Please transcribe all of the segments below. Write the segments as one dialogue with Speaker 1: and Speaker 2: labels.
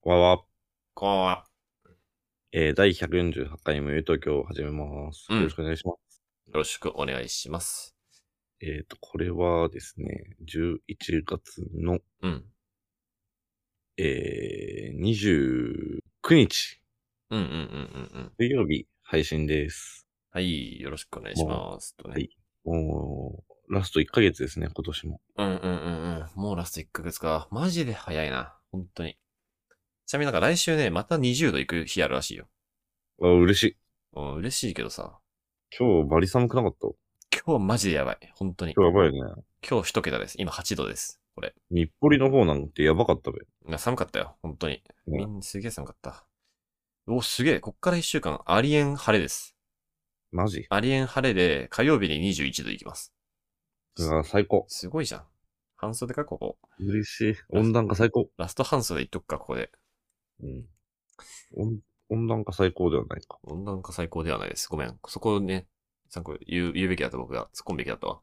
Speaker 1: こんばんは。
Speaker 2: こんばんは。
Speaker 1: えー、第148回無友東京を始めます。
Speaker 2: うん
Speaker 1: よろしくお願いします。
Speaker 2: よろしくお願いします。
Speaker 1: えっ、と、これはですね、11月の、
Speaker 2: うん。
Speaker 1: えー、29日、
Speaker 2: うんうんうんうんうん。
Speaker 1: 水曜日配信です。
Speaker 2: はい、よろしくお願いします。とね
Speaker 1: はいもう、ラスト1ヶ月ですね、今年も。
Speaker 2: うんうんうんうん。もうラスト1ヶ月か。マジで早いな。本当に。ちなみになんか来週ね、また20度行く日あるらしいよ。
Speaker 1: あ、嬉しい。
Speaker 2: うん、嬉しいけどさ。
Speaker 1: 今日バリ寒くなかった
Speaker 2: 今日はマジでやばい。本当に。
Speaker 1: 今日やばいよね。
Speaker 2: 今日1桁です。今8度です。これ。
Speaker 1: 日暮里の方なんてやばかったべ。
Speaker 2: いや寒かったよ。本当に。
Speaker 1: うん
Speaker 2: みんなすげえ寒かった。お、すげえ。こっから1週間、ありえん晴れです。
Speaker 1: マジ
Speaker 2: ありえん晴れで、火曜日に21度行きます。
Speaker 1: うわ、最高。
Speaker 2: すごいじゃん。半袖か、ここ。
Speaker 1: 嬉しい。温暖化最高。
Speaker 2: ラスト半袖いっとくか、ここで。
Speaker 1: うん。温温暖化最高ではないか。
Speaker 2: 温暖化最高ではないです。ごめん。そこをね、参考言う言うべきだった僕が突っ込むべきだったわ。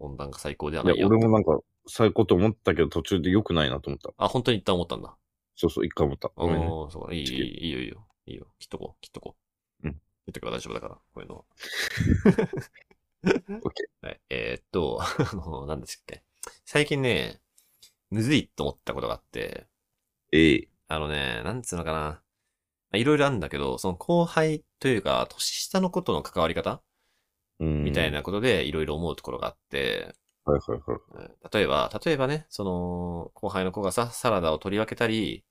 Speaker 2: 温暖化最高ではいない
Speaker 1: や、
Speaker 2: よ。
Speaker 1: 俺もなんか、最高と思ったけど、途中で良くないなと思った。
Speaker 2: あ、本当に一旦思ったんだ。
Speaker 1: そうそう、一回思った。ごめんね
Speaker 2: おー、そうか。いい、いい、いいよ、いいよ。いいよ。切っとこう、切っとこう。
Speaker 1: うん
Speaker 2: 切っとけば大丈夫だから、こういうの は。
Speaker 1: オッケ
Speaker 2: はい。えーっと、 あの、何ですっけ。最近ね、むずいと思ったことがあって、
Speaker 1: ー。ええ
Speaker 2: あのね、なんつうのかなまあ。いろいろあるんだけど、その後輩というか、年下のことの関わり方
Speaker 1: うん
Speaker 2: みたいな。ことでいろいろ思うところがあって、
Speaker 1: はいはいはい。
Speaker 2: うん例えば、例えばね、その、後輩の子がさ、サラダを取り分けたり、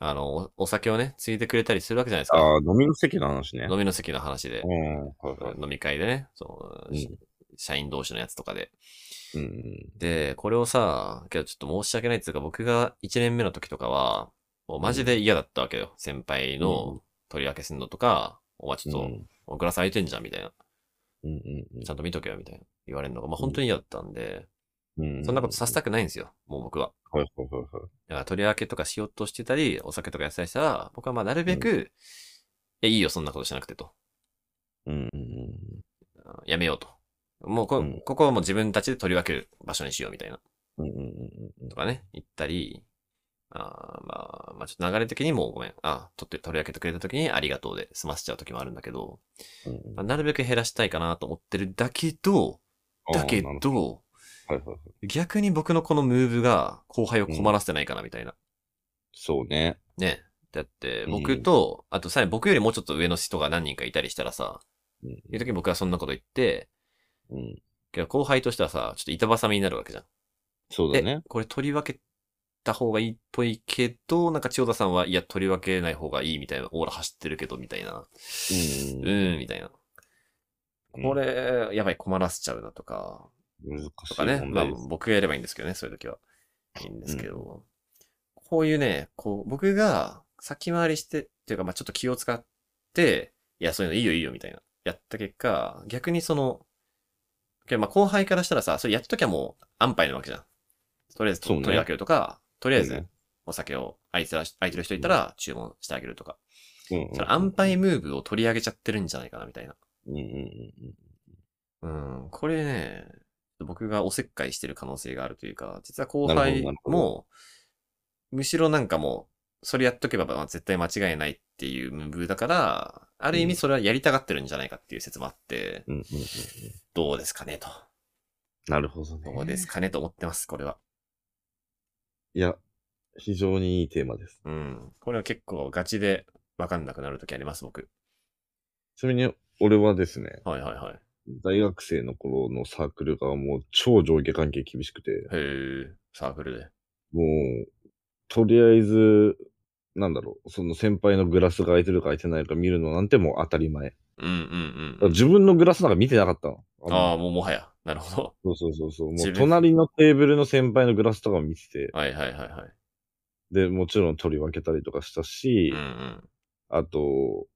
Speaker 2: あの、おお酒をね、ついてくれたりするわけじゃないですか。
Speaker 1: ああ、飲みの席の話ね。
Speaker 2: 飲みの席の話で
Speaker 1: う、ん、はいはい。
Speaker 2: 飲み会でね、その、
Speaker 1: うん
Speaker 2: し社員同士のやつとかで。
Speaker 1: うん。
Speaker 2: で、これをさ、けどちょっと申し訳ないっていうか、僕が1年目の時とかは、もうマジで嫌だったわけよ。先輩
Speaker 1: う
Speaker 2: の取り分けすんのとか、お前ちょっ
Speaker 1: う
Speaker 2: と、
Speaker 1: ん
Speaker 2: おグラス空いてんじゃん、みたいな。
Speaker 1: うんうん
Speaker 2: ちゃんと見とけよ、みたいな。言われるのが、まあ本当に嫌だったんで、
Speaker 1: うん。
Speaker 2: そんなことさせたくないんですよ、もう僕は。
Speaker 1: はいはいはいはい。
Speaker 2: だから取り分けとかしようとしてたり、お酒とかやってたりしたら、僕はまあなるべく、いや、いいよ、そんなことしなくてと。
Speaker 1: うんうん
Speaker 2: あやめようと。もうこ、
Speaker 1: うん
Speaker 2: ここはもう自分たちで取り分ける場所にしようみたいな。
Speaker 1: うん。うんうんうん
Speaker 2: とかね、言ったり、あーまあ、まあちょっと流れ的にもうごめん。あ取って、取り分けてくれた時にありがとうで済ませちゃう時もあるんだけど、
Speaker 1: うんうん。
Speaker 2: まあなるべく減らしたいかなと思ってるだけど、だけ
Speaker 1: あー。なるほ
Speaker 2: ど、
Speaker 1: はいはいはい。
Speaker 2: 逆に僕のこのムーブが後輩を困らせてないかなみたいな。
Speaker 1: そうね。
Speaker 2: ね。だって、
Speaker 1: うん
Speaker 2: 僕と、あとさらに僕よりもうちょっと上の人が何人かいたりしたらさ、
Speaker 1: うん
Speaker 2: いう時に僕はそんなこと言って、
Speaker 1: うん。
Speaker 2: けど後輩としてはさ、ちょっと板挟みになるわけじゃん。
Speaker 1: そうだね
Speaker 2: え。これ取り分けた方がいいっぽいけど、なんか千代田さんは、いや、取り分けない方がいいみたいな、オーラ走ってるけど、みたいな。
Speaker 1: う
Speaker 2: うんーん、みたいな。
Speaker 1: うん
Speaker 2: これ、やばい、困らせちゃうなとか、
Speaker 1: 難しい
Speaker 2: とかね。
Speaker 1: 問
Speaker 2: まあ
Speaker 1: 題です。、
Speaker 2: 僕がやればいいんですけどね、そういう時は。いいんですけど、こういうね、こう、僕が先回りして、っていうか、まあちょっと気を使って、いや、そういうのいいよいいよみたいな、やった結果、逆にその、けどまあ後輩からしたらさ、それやっときゃもう安牌なわけじゃん。とりあえず
Speaker 1: そう
Speaker 2: 取
Speaker 1: ね
Speaker 2: り分けるとか、とりあえ
Speaker 1: そう
Speaker 2: ず
Speaker 1: ね
Speaker 2: お酒を空いてらし空いてる人いたら注文してあげるとか、
Speaker 1: うんうんうん
Speaker 2: その安牌ムーブを取り上げちゃってるんじゃないかなみたいな。
Speaker 1: うんうんうん
Speaker 2: うん、これね、僕がおせっかいしてる可能性があるというか、実は後
Speaker 1: なるほ
Speaker 2: 輩
Speaker 1: どなるほ
Speaker 2: も、むしろなんかもう、それやっとけばまあ絶対間違いないっていうムーブだから、ある意
Speaker 1: うん
Speaker 2: 味それはやりたがってるんじゃないかっていう説もあって、
Speaker 1: うんうんうんうん。
Speaker 2: どうですかねと。
Speaker 1: なるほどね。
Speaker 2: どうですかねと思ってます、これは。
Speaker 1: いや、非常にいいテーマです。
Speaker 2: うん。これは結構ガチでわかんなくなるときあります、僕。
Speaker 1: ちなみに、俺はですね、
Speaker 2: はいはいはい。
Speaker 1: 大学生の頃のサークルがもう超上下関係厳しくて、
Speaker 2: へーサークルで。
Speaker 1: もう、とりあえず、なんだろう、その先輩のグラスが空いてるか空いてないか見るのなんてもう当たり前。
Speaker 2: うんうんうん。
Speaker 1: 自分のグラスなんか見てなかったの。
Speaker 2: ああ、もうもはや。なるほど。
Speaker 1: そうそうそうそう。も
Speaker 2: 自
Speaker 1: う
Speaker 2: 分
Speaker 1: 隣のテーブルの先輩のグラスとかも見てて、
Speaker 2: はいはいはいは
Speaker 1: で、もちろん取り分けたりとかした
Speaker 2: い。
Speaker 1: し
Speaker 2: うんう、ん。
Speaker 1: あと、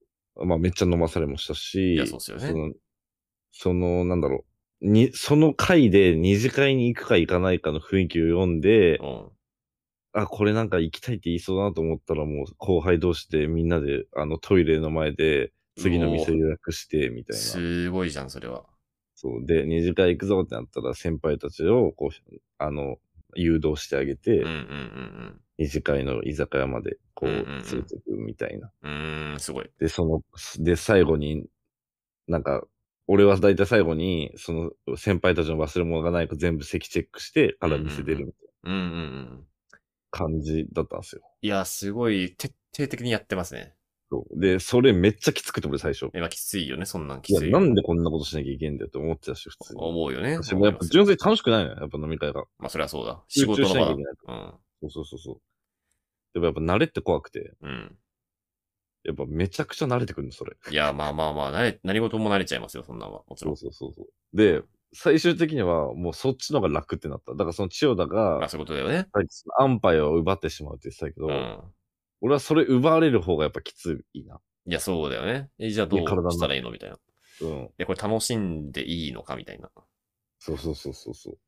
Speaker 1: まあめっちゃ飲まされもしたし、
Speaker 2: いやそうっすよね
Speaker 1: その、そのなんだろう、に、その回で二次会に行くか行かないかの雰囲気を読んで、
Speaker 2: うん。
Speaker 1: あ、これなんか行きたいって言いそうだなと思ったら、もう後輩同士でみんなで、あのトイレの前で、次の店予約して、みたいな。
Speaker 2: すごいじゃん、それは。
Speaker 1: そう。で、二次会行くぞってなったら、先輩たちを、こう、あの、誘導してあげて、
Speaker 2: うんうんうん
Speaker 1: 二次会の居酒屋までこう
Speaker 2: うんうん
Speaker 1: 連
Speaker 2: うん
Speaker 1: れてくみたいな。
Speaker 2: うん。うーん、すごい。
Speaker 1: で、その、で、最後に、なんか、俺は大体最後に、その先輩たちの忘れ物がないか全部席チェックしてから見せてるみたい
Speaker 2: うんうんうん。
Speaker 1: な感じだったんですよ。
Speaker 2: いや、すごい徹底的にやってますね。
Speaker 1: そうで、それめっちゃきつくて俺最初。
Speaker 2: え、まあ、きついよね、そんなんき
Speaker 1: いや、
Speaker 2: つい。
Speaker 1: なんでこんなことしなきゃいけんだよって思ってたし、普通に。
Speaker 2: 思うよね。
Speaker 1: 私もやっぱ純粋に楽しくないのよ、やっぱ飲み会が。
Speaker 2: まあ、それはそうだ。
Speaker 1: 集
Speaker 2: 仕
Speaker 1: 中
Speaker 2: 事の
Speaker 1: しなきゃ
Speaker 2: 場。
Speaker 1: いけないうそうそうそうそう。でもやっぱ慣れって怖くて、
Speaker 2: ん。うん。
Speaker 1: やっぱめちゃくちゃ慣れてくるの、それ。
Speaker 2: いや、まあまあまあ、慣れ何事も慣れちゃいますよ、そんなんは。もち
Speaker 1: そ
Speaker 2: ろん
Speaker 1: う。そうそうそう。で、最終的にはもうそっちの方が楽ってなった。だからその千代田が、
Speaker 2: まあ、そういうことだよね。
Speaker 1: さっきその安牌を奪ってしまうって言ってたけど、
Speaker 2: うん。
Speaker 1: 俺はそれ奪われる方がやっぱきついな。
Speaker 2: いや、そうだよね。え、じゃあどう
Speaker 1: いや体の
Speaker 2: したらいいのみたいな。い
Speaker 1: うん。
Speaker 2: や、これ楽しんでいいのかみたいな。
Speaker 1: そうそうそうそうそう。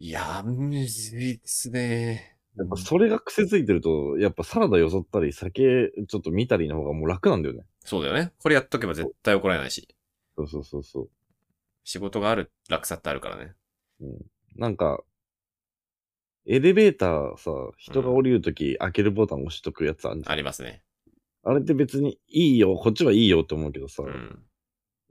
Speaker 2: いや、むずいですね。
Speaker 1: やっぱそれが癖づいてると、やっぱサラダよそったり、酒ちょっと見たりの方がもう楽なんだよね。
Speaker 2: そうだよね。これやっとけば絶対怒られないし。
Speaker 1: そうそうそうそう。
Speaker 2: 仕事がある楽さってあるからね。
Speaker 1: なんか、エレベーターさ、人が降りるとき、開けるボタン押しとくやつあるじゃん
Speaker 2: ありますね。
Speaker 1: あれって別にいいよ、こっちはいいよって思うけどさ、
Speaker 2: うん。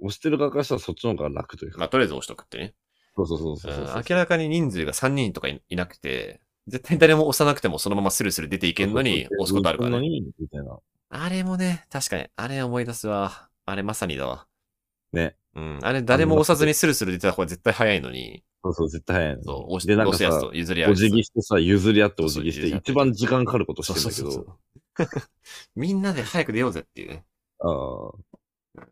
Speaker 1: 押してる側からしたらそっちの方が楽というか。
Speaker 2: まあ、とりあえず押しとくってね。
Speaker 1: そうそうそうそううそうん
Speaker 2: 明らかに人数が3人とかいいなくて、絶対誰も押さなくてもそのままスルスル出ていけんのに押すことあるから
Speaker 1: いけんの
Speaker 2: ね。
Speaker 1: にみたいな。
Speaker 2: あれもね、確かに、あれ思い出すわ。あれまさにだわ。
Speaker 1: ね。
Speaker 2: うん。あれ誰も押さずにスルスル出てた方が絶対早いのに、
Speaker 1: そうそう、絶対早いの。
Speaker 2: そう、押し
Speaker 1: でなんか
Speaker 2: 押すやつ
Speaker 1: さ
Speaker 2: と譲り合う
Speaker 1: お
Speaker 2: やつ
Speaker 1: 辞
Speaker 2: と
Speaker 1: 儀してさ、譲り合ってお辞儀して、
Speaker 2: そうそう
Speaker 1: 一番時間かかることし
Speaker 2: そう
Speaker 1: てん
Speaker 2: そ
Speaker 1: だ
Speaker 2: う
Speaker 1: け
Speaker 2: そうそう
Speaker 1: ど、。
Speaker 2: みんなで早く出ようぜっていうね。
Speaker 1: あ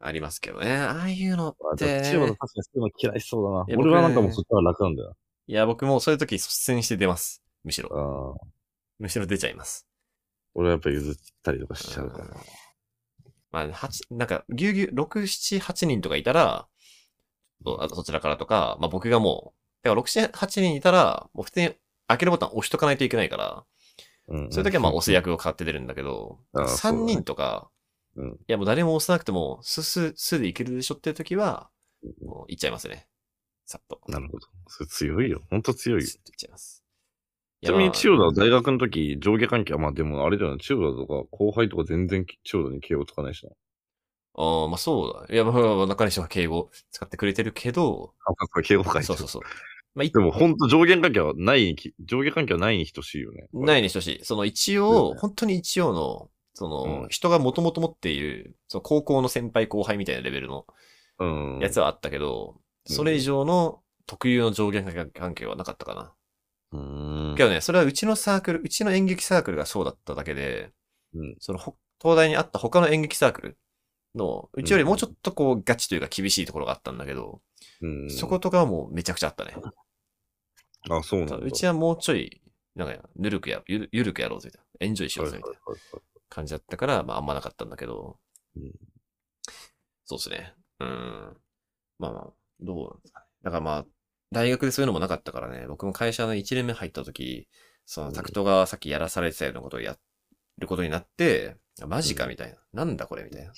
Speaker 2: ありますけどね。ああいうの
Speaker 1: あ、
Speaker 2: っ
Speaker 1: でも
Speaker 2: て、
Speaker 1: 千代田確かにそういうの嫌いそうだ
Speaker 2: いや
Speaker 1: な。俺は
Speaker 2: 僕
Speaker 1: な
Speaker 2: ね
Speaker 1: んかもうそっちは楽なんだよ
Speaker 2: いや、僕もそういう時率先して出ます。むしろ。
Speaker 1: な。ああ、
Speaker 2: むしろ出ちゃいます。
Speaker 1: 俺はやっぱ譲ったりとかしちゃうか
Speaker 2: う
Speaker 1: ら
Speaker 2: ん。まあ、八なんか、ぎゅうぎゅう、6、7、8人とかいたら、そうあとそちらからとか、まあ僕がもう、だから6、7、8人いたら、もう普通に開けるボタン押しとかないといけないから、
Speaker 1: うんん
Speaker 2: そういう時はまあ押す役を買って出るんだけど、
Speaker 1: ああそうだね
Speaker 2: 3人とか、
Speaker 1: うん
Speaker 2: いやもう誰も押さなくても、スス、スでいけるでしょっていう時は、もう行っちゃいますね。さっと。
Speaker 1: なるほど。それ強いよ。ほんと強いよ。
Speaker 2: スッと行っちゃいます。
Speaker 1: ちなみに千代田は大
Speaker 2: 学
Speaker 1: 学の時、上下関係は、まあでもあれだよね、千代田とか後輩とか全然千代田に敬語つかないしな。
Speaker 2: ああ、まあそうだ。いや、まあまあ、中西は敬語使ってくれてるけど、
Speaker 1: あ、そっか敬語とか
Speaker 2: そうそうう。そう。まあ、い
Speaker 1: でもほんと上下関係はないに、上下関係はないに等しいよね。
Speaker 2: ない
Speaker 1: に。
Speaker 2: に等しい。その一
Speaker 1: そう
Speaker 2: 応、
Speaker 1: だね
Speaker 2: 本当に一応の、その、
Speaker 1: うん
Speaker 2: 人がもともと持っている、その高校の先輩後輩みたいなレベルの
Speaker 1: うん。
Speaker 2: やつはあったけど、
Speaker 1: うん
Speaker 2: それ以上の特有の上限関係はなかったかな。
Speaker 1: うーん。
Speaker 2: けどね、それはうちのサークル、うちの演劇サークルがそうだっただけで、
Speaker 1: うん
Speaker 2: そのほ東大にあった他の演劇サークルの、うちよりもうちょっとこうガチというか厳しいところがあったんだけど、
Speaker 1: うん
Speaker 2: そことかはもうめちゃくちゃあったね。
Speaker 1: あ、そうなんだ。
Speaker 2: うちはもうちょい、なんか、ぬるくや、ゆるゆるくやろうぜみたいな、エンジョイしよう
Speaker 1: はい
Speaker 2: ぜ
Speaker 1: はい
Speaker 2: みたい
Speaker 1: は
Speaker 2: ない
Speaker 1: はい
Speaker 2: 感じだったから、まああんまなかったんだけど、
Speaker 1: うん
Speaker 2: そうですね。うん。まあまあ、どうなんですかね。だからまあ、大学でそういうのもなかったからね、僕も会社の1年目入った時、そのタクトがさっきやらされてたようなことをやることになって、マジかみたいな。なんだこれみたいな。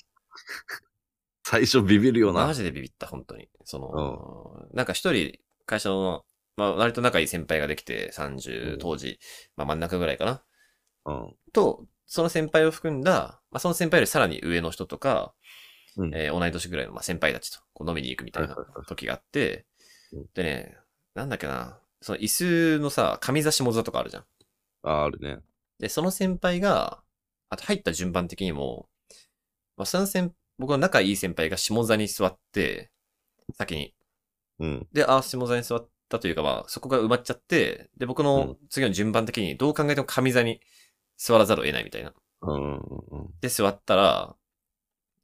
Speaker 1: 最初ビビるよな
Speaker 2: マ。ジでビビった、本当に。その、なんか一人、会社の、まあ、割と仲いい先輩ができ
Speaker 1: う
Speaker 2: て、
Speaker 1: ん
Speaker 2: 30、当時、まあ真ん中ぐらいかな。
Speaker 1: うん。
Speaker 2: と、その先輩を含んだ、まあ、その先輩よりさらに上の人とか、
Speaker 1: うん
Speaker 2: えー同い年ぐらいの、まあ、先輩たちとこう飲みに行くみたい
Speaker 1: は
Speaker 2: な
Speaker 1: いはいは
Speaker 2: 時があって
Speaker 1: うん、
Speaker 2: でね、なんだっけな、その椅子のさ、上座下座とかあるじゃん。
Speaker 1: あ、あるね。
Speaker 2: で、その先輩が、あと入った順番的にも、まあ、その先、僕の仲いい先輩が下座に座って、先に。
Speaker 1: うん。
Speaker 2: で、あー、下座に座ったというか、まあ、そこが埋まっちゃって、で、僕の次の順番的に、どう考えても上座に座らざるを得ないみたいな。
Speaker 1: うん。うん
Speaker 2: で、座ったら、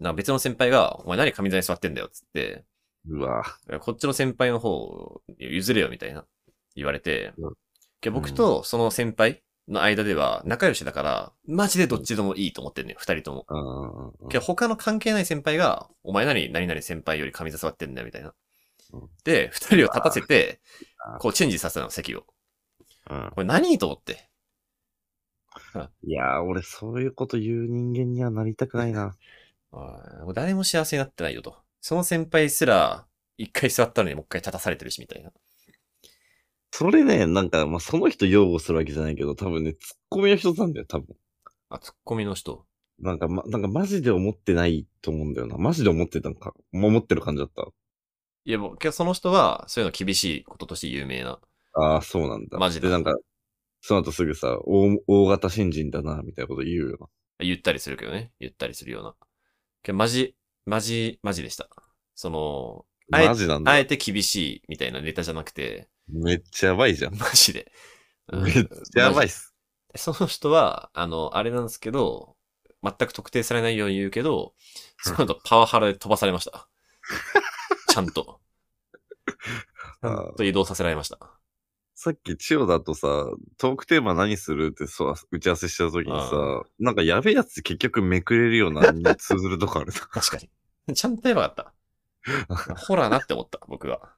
Speaker 2: なんか別の先輩が、お前何上座に座ってんだよっつって、
Speaker 1: うわ
Speaker 2: こっちの先輩の方譲れよみたいな言われて、
Speaker 1: うん
Speaker 2: けど僕とその先輩の間では仲良しだから、マジでどっちでもいいと思ってんねよ、二人とも。
Speaker 1: うん。
Speaker 2: けど他の関係ない先輩が、お前何、何々先輩より上座座ってんだよみたいな
Speaker 1: うん。
Speaker 2: で、二人を立たせて
Speaker 1: あー、
Speaker 2: こうチェンジさせたの、席を。
Speaker 1: うん
Speaker 2: これ何と思って。
Speaker 1: いやー、俺そういうこと言う人間にはなりたくないな。
Speaker 2: おい誰も幸せになってないよと。その先輩すら、一回座ったのにもう一回立たされてるし、みたいな。
Speaker 1: それね、なんか、まあ、その人擁護するわけじゃないけど、多分ね、ツッコミの人なんだよ、多分。
Speaker 2: あ、ツッコミの人。
Speaker 1: なんか、ま、なんかマジで思ってないと思うんだよな。マジで思ってたんか。もう思ってる感じだった。
Speaker 2: いや、僕はその人は、そういうの厳しいこととして有名な。
Speaker 1: ああ、そうなんだ。
Speaker 2: マジで
Speaker 1: で、なんか、その後すぐさ、大大型新人だな、みたいなこと言うよな。
Speaker 2: 言ったりするけどね。言ったりするような。けどマジ、マジ、マジでした。その、あえ
Speaker 1: マジなん
Speaker 2: あ
Speaker 1: だ。
Speaker 2: えて厳しいみたいなネタじゃなくて、
Speaker 1: めっちゃやばいじゃん。
Speaker 2: マジで。うん
Speaker 1: めっちゃやばいっす。
Speaker 2: その人は、あの、あれなんですけど、全く特定されないように言うけど、その後パワハラで飛ばされました。ちゃんと。ちゃんと移動させられました。
Speaker 1: さっき千代田とさ、トークテーマ何するってそう打ち合わせした時にさ、なんかやべえやつ結局めくれるようなに通ずるとこある な
Speaker 2: 確かに。ちゃんと言えばよかった。ホラーなって思った、僕は。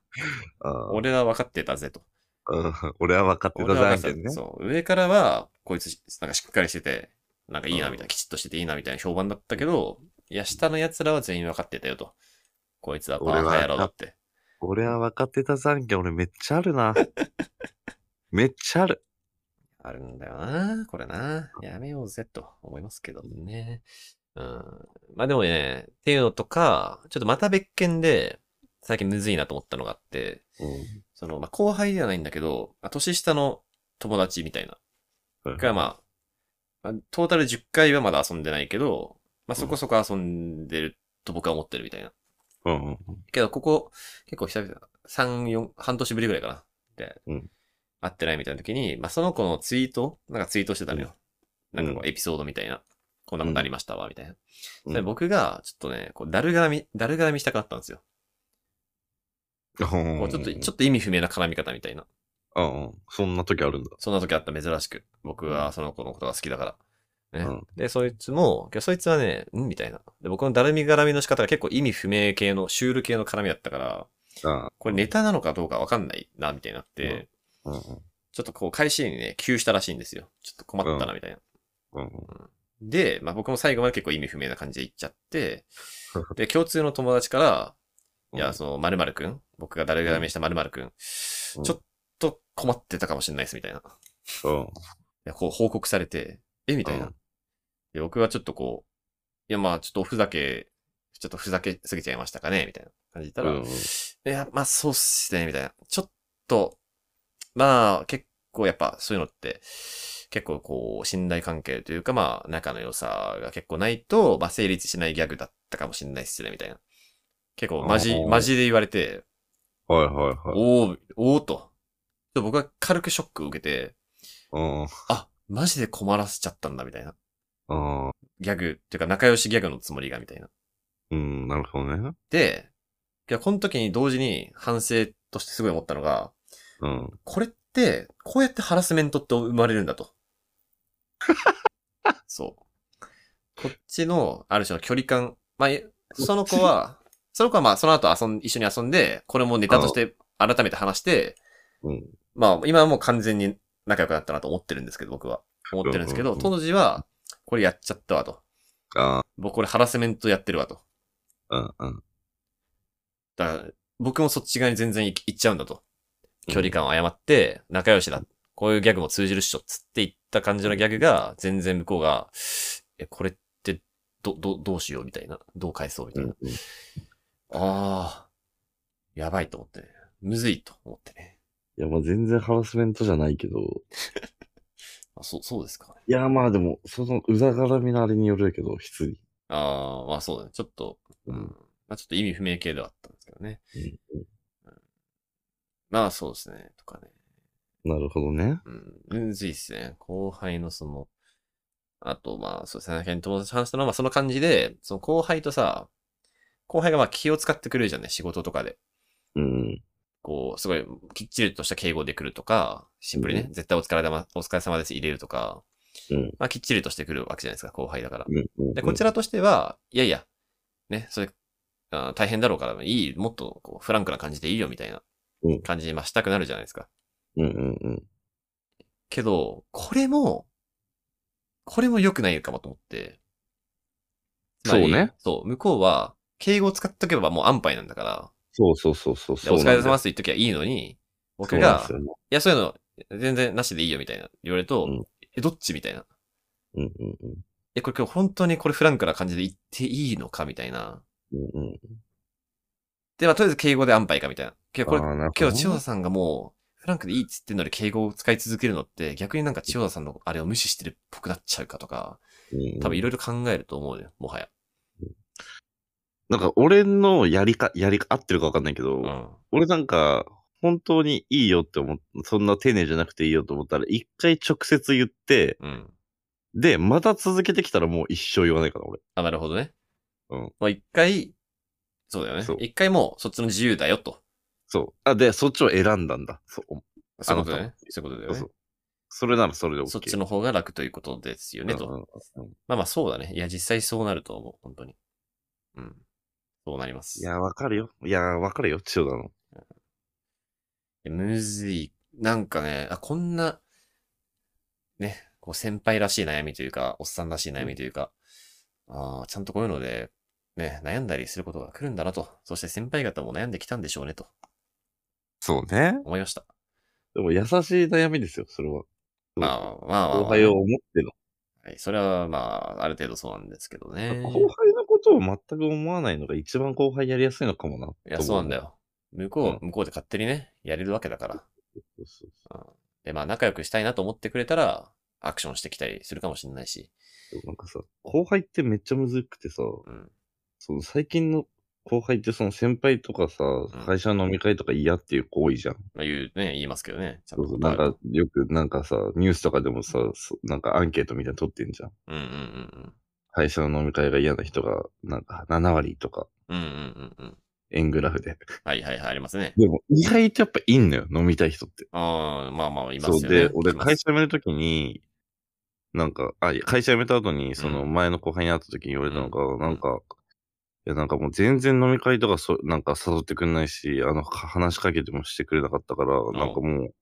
Speaker 1: あー
Speaker 2: 俺は分かってたぜと。
Speaker 1: うん俺は分かって
Speaker 2: 俺
Speaker 1: た
Speaker 2: は
Speaker 1: じゃん
Speaker 2: 分か
Speaker 1: け
Speaker 2: って
Speaker 1: ん
Speaker 2: た
Speaker 1: ね。
Speaker 2: そう。上からは、こいつ、なんかしっかりしてて、なんかいいなみたいな、
Speaker 1: うん
Speaker 2: きちっとしてていいなみたいな評判だったけど、いや、下の奴らは全員分かってたよと。こいつはパワハラ野郎だって。
Speaker 1: 俺は分かってたじゃんけん、俺めっちゃある な。めっちゃある。
Speaker 2: あるんだよな、これな。やめようぜと思いますけどね。うん。まあでもね、っていうのとか、ちょっとまた別件で、最近むずいなと思ったのがあって、
Speaker 1: うん
Speaker 2: その、まあ後輩ではないんだけど、まあ年下の友達みたいな。
Speaker 1: はい
Speaker 2: が、まあ、まあ、トータル10回はまだ遊んでないけど、まあそこそこ遊んでると僕は思ってるみたいな。
Speaker 1: うんうん
Speaker 2: けど、ここ、結構久々、3、4、半年ぶりぐらいかな。で、
Speaker 1: うん
Speaker 2: 会ってないみたいな時に、まあ、その子のツイートなんかツイートしてたのよ。
Speaker 1: うん
Speaker 2: なんかこう、エピソードみたいな。こんなことありましたわ、みたいな。
Speaker 1: うん
Speaker 2: それ僕が、ちょっとね、こう、だるがらみ、だるがらみしたかったんですよ。こうちょっと、ちょ
Speaker 1: っ
Speaker 2: っと意味不明な絡み方みたいな。
Speaker 1: と、うんうんそんな時あるんだ。
Speaker 2: そんな時あった、珍しく。僕はその子のことが好きだから。ね。
Speaker 1: うん
Speaker 2: で、そいつも、けどそいつはね、うんみたいな。で、僕のだるみ絡みの仕方が結構意味不明系の、シュール系の絡みだったから、
Speaker 1: あ
Speaker 2: これネタなのかどうかわかんないな、みたいになって、
Speaker 1: うんあ、うんうん
Speaker 2: ちょっとこう、開始にね、急したらしいんですよ。ちょっと困ったな、みたいな。
Speaker 1: うんうん
Speaker 2: で、まあ僕も最後まで結構意味不明な感じで言っち ゃって、で、共通の友達から、いや、その、〇〇くん、僕が誰がめした〇〇くん、ちょっと困ってたかもしれないです、みたいな。い
Speaker 1: うん
Speaker 2: やこう報告されて、えみたい
Speaker 1: う
Speaker 2: な
Speaker 1: ん。
Speaker 2: で、僕はちょっとこう、いや、まあちょっとおふざけ、ちょっとふざけすぎちゃいましたかね、みたいな感じで言ったら、
Speaker 1: うん
Speaker 2: いや、まあそうっすね、みたいな。ちょっと、まあ結構やっぱそういうのって、結構こう、信頼関係というかまあ仲の良さが結構ないと、まあ成立しないギャグだったかもしれないっすね、みたいな。結構マジ
Speaker 1: あ、ー
Speaker 2: マジで言われて、
Speaker 1: はいはいはい。
Speaker 2: おー、おーと。で僕は軽くショックを受けて、
Speaker 1: うん
Speaker 2: あ、マジで困らせちゃったんだ、みたいな。
Speaker 1: うん
Speaker 2: ギャグ、っていうか仲良しギャグのつもりが、みたいな。
Speaker 1: うん、なるほどね。
Speaker 2: で、いやこの時に同時に反省としてすごい思ったのが、
Speaker 1: うん。
Speaker 2: これって、こうやってハラスメントって生まれるん だと。そう。こっちの、ある種の距離感。まあ、えその子は、その子はまあ、その後遊ん、一緒に遊んで、これもネタとして改めて話して、
Speaker 1: うん
Speaker 2: まあ、今はもう完全に仲良くなったなと思ってるんですけど、僕は。思ってるんですけど、
Speaker 1: うんうん
Speaker 2: 当時は、これやっちゃったわと。
Speaker 1: あ
Speaker 2: 僕これハラスメントやってるわと。
Speaker 1: あ、うんうん。
Speaker 2: だから、僕もそっち側に全然行っちゃうんだと。距離感を誤って、仲良しだ。こういうギャグも通じるっしょ、つって言った感じのギャグが、全然向こうが、え、これって、ど、ど、どうしようみたいな。どう返そうみた
Speaker 1: う
Speaker 2: いな。
Speaker 1: んうん
Speaker 2: ああ、やばいと思ってね。むずいと思ってね。
Speaker 1: いや、まあ全然ハラスメントじゃないけど。
Speaker 2: あ、そう、そうですか。
Speaker 1: いや、まあでも、その、うざがらみのあれによるけど、質疑。
Speaker 2: ああ、まあそうだね。ちょっと、うん。まあちょっと意味不明系ではあったんですけどね。
Speaker 1: うん
Speaker 2: うんまあそうですね。とかね。
Speaker 1: なるほどね。
Speaker 2: うん、むずいっすね。後輩のその、あと、まあ、そうですね。先に友達と話したのは、まあ、その感じで、その後輩とさ、後輩がまあ気を使ってくれるじゃんね、仕事とかで。
Speaker 1: うん。
Speaker 2: こう、すごい、きっちりとした敬語で来るとか、シンプルにね、
Speaker 1: う
Speaker 2: 絶対お疲れ様、お疲れ様です入れるとか、
Speaker 1: うん
Speaker 2: まあ、きっちりとしてくるわけじゃないですか、後輩だから。
Speaker 1: うん。
Speaker 2: で、こち
Speaker 1: ら。
Speaker 2: らとしては、いやいや、ね、それ、あー大変だろうから、いい、もっとこうフランクな感じでいいよ、みたいな
Speaker 1: うん
Speaker 2: 感じにまあしたくなるじゃないですか。
Speaker 1: うんうんうん。
Speaker 2: けど、これも、これも良くないかもと思って。つまり
Speaker 1: そうね。
Speaker 2: そう、向こうは、敬語を使っとけばもう安牌なんだから、
Speaker 1: そうそうそうそう。
Speaker 2: でお疲れ様
Speaker 1: そうなんだ
Speaker 2: ですと言っときゃいいのに、僕が、いや、そういうの全然なしでいいよみたいな言われると、
Speaker 1: うん
Speaker 2: え、どっちみたいな。
Speaker 1: そうなんですよね。
Speaker 2: え、これ今日本当にこれフランクな感じで言っていいのかみたいな。
Speaker 1: うんうんうん。うん
Speaker 2: で、まあ、とりあえず敬語で安牌かみたいな。いや、これ
Speaker 1: あーなるほどね
Speaker 2: 今日千代田さんがもう、フランクでいいっつってんのに敬語を使い続けるのって、逆になんか千代田さんのあれを無視してるっぽくなっちゃうかとか、
Speaker 1: うんうん
Speaker 2: 多分いろいろ考えると思うね、もはや。
Speaker 1: なんか俺のやりか、やりか、合ってるかわかんないけど、
Speaker 2: うん。
Speaker 1: 俺なんか、本当にいいよって思っそんな丁寧じゃなくていいよと思ったら、一回直接言って、
Speaker 2: うん。
Speaker 1: で、また続けてきたらもう一生言わないから、俺。
Speaker 2: あ、なるほどね。
Speaker 1: うん
Speaker 2: まあ一回、そうだよね
Speaker 1: そう。
Speaker 2: 一回もうそっちの自由だよと。
Speaker 1: そう。あ、で、そっちを選んだんだ。そう。
Speaker 2: そういうことだよ
Speaker 1: あな
Speaker 2: ね。そういうことだ
Speaker 1: そう
Speaker 2: よ
Speaker 1: そ
Speaker 2: ね
Speaker 1: う。それならそれで OK。
Speaker 2: そっちの方が楽ということですよね、と。
Speaker 1: うんうんうん
Speaker 2: まあまあそうだね。いや、実際そうなると思う、本当に。うん。そうなります。
Speaker 1: いや、わかるよ。いや、わかるよ、千代田の。
Speaker 2: むずい。なんかね、あ、こんな、ね、こう先輩らしい悩みというか、おっさんらしい悩みというか、あーちゃんとこういうので、ね、悩んだりすることが来るんだなと。そして先輩方も悩んできたんでしょうね、と
Speaker 1: そうね。
Speaker 2: 思いました。
Speaker 1: でも優しい悩みですよ、それは。
Speaker 2: まあ、まあまあ、まあ
Speaker 1: 後輩を思っての。
Speaker 2: はい。それは、まあ、ある程度そうなんですけどね。
Speaker 1: 後輩のことを全く思わないのが一番後輩やりやすいのかもな。
Speaker 2: いや、そうなんだ
Speaker 1: よ。
Speaker 2: よ。向こう、向こうで勝手にね、やれるわけだから。
Speaker 1: そうそう
Speaker 2: で、まあ、仲良くしたいなと思ってくれたら、アクションしてきたりするかもしれないし。
Speaker 1: そうなんかさ、後輩ってめっちゃむずくてさ、
Speaker 2: うん。
Speaker 1: その最近の後輩ってその先輩とかさ、会社の飲み会とか嫌っていう子多いじゃん。
Speaker 2: まあ、言う、ね、言いますけどね。ちゃん
Speaker 1: そ
Speaker 2: と
Speaker 1: うそう
Speaker 2: 断
Speaker 1: なん
Speaker 2: る
Speaker 1: かよくなんかさ、ニュースとかでもさ、そなんかアンケートみたいなの取ってんじゃん。
Speaker 2: うんうんうん
Speaker 1: 会社の飲み会が嫌な人が、なんか7割とか、
Speaker 2: うん。うんうんうんうん。
Speaker 1: 円グラフで。
Speaker 2: はいはいはい、ありますね。
Speaker 1: でも意外とやっぱいんのよ、飲みたい人って。
Speaker 2: ああ、まあまあ、いま
Speaker 1: そ
Speaker 2: すよ
Speaker 1: う
Speaker 2: ね。
Speaker 1: で、俺
Speaker 2: います
Speaker 1: 会社辞めるときに、なんか、あ、いや会社辞めた後に、その
Speaker 2: うん
Speaker 1: 前の後輩に会った時に言われたのが、なんか、いや、なんかもう全然飲み会とかそ、なんか誘ってくれないし、あの、か話しかけてもしてくれなかったから、なんかもう、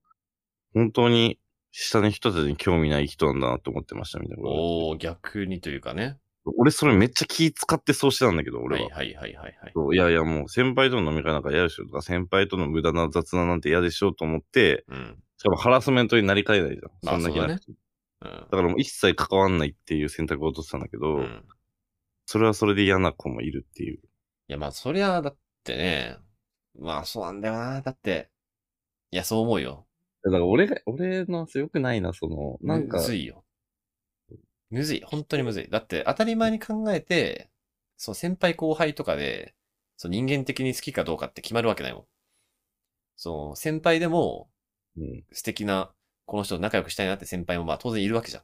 Speaker 1: 本当に下の人たちに興味ない人なんだなと思ってました、みたいなこと言われて。
Speaker 2: おー、逆にというかね。
Speaker 1: 俺それめっちゃ気使ってそうしてたんだけど、俺
Speaker 2: は
Speaker 1: は。
Speaker 2: いはいはいはいはい。
Speaker 1: そういやいや、もう先輩との飲み会なんか嫌でしょとか、先輩との無駄な雑談なんて嫌でしょと思って、
Speaker 2: うん。
Speaker 1: しかもハラスメントになりかえないじゃ
Speaker 2: まあ
Speaker 1: ん。そんな日なくて
Speaker 2: そうだねうん
Speaker 1: だからもう一切関わんないっていう選択を取ってたんだけど、
Speaker 2: うん。
Speaker 1: それはそれで嫌な子もいるっていう。
Speaker 2: いや、まあ、そりゃ、だってね。まあ、そうなんだよな。だって、いや、そう思うよ。
Speaker 1: だから俺が、俺の良くないな、その、なんか
Speaker 2: む、ずいよ。むずい。本当にむずい。だって、当たり前に考えて、そう、先輩後輩とかで、そう、人間的に好きかどうかって決まるわけないもん。そう、先輩でも、
Speaker 1: うん、
Speaker 2: 素敵な、この人と仲良くしたいなって先輩もまあ当然いるわけじゃ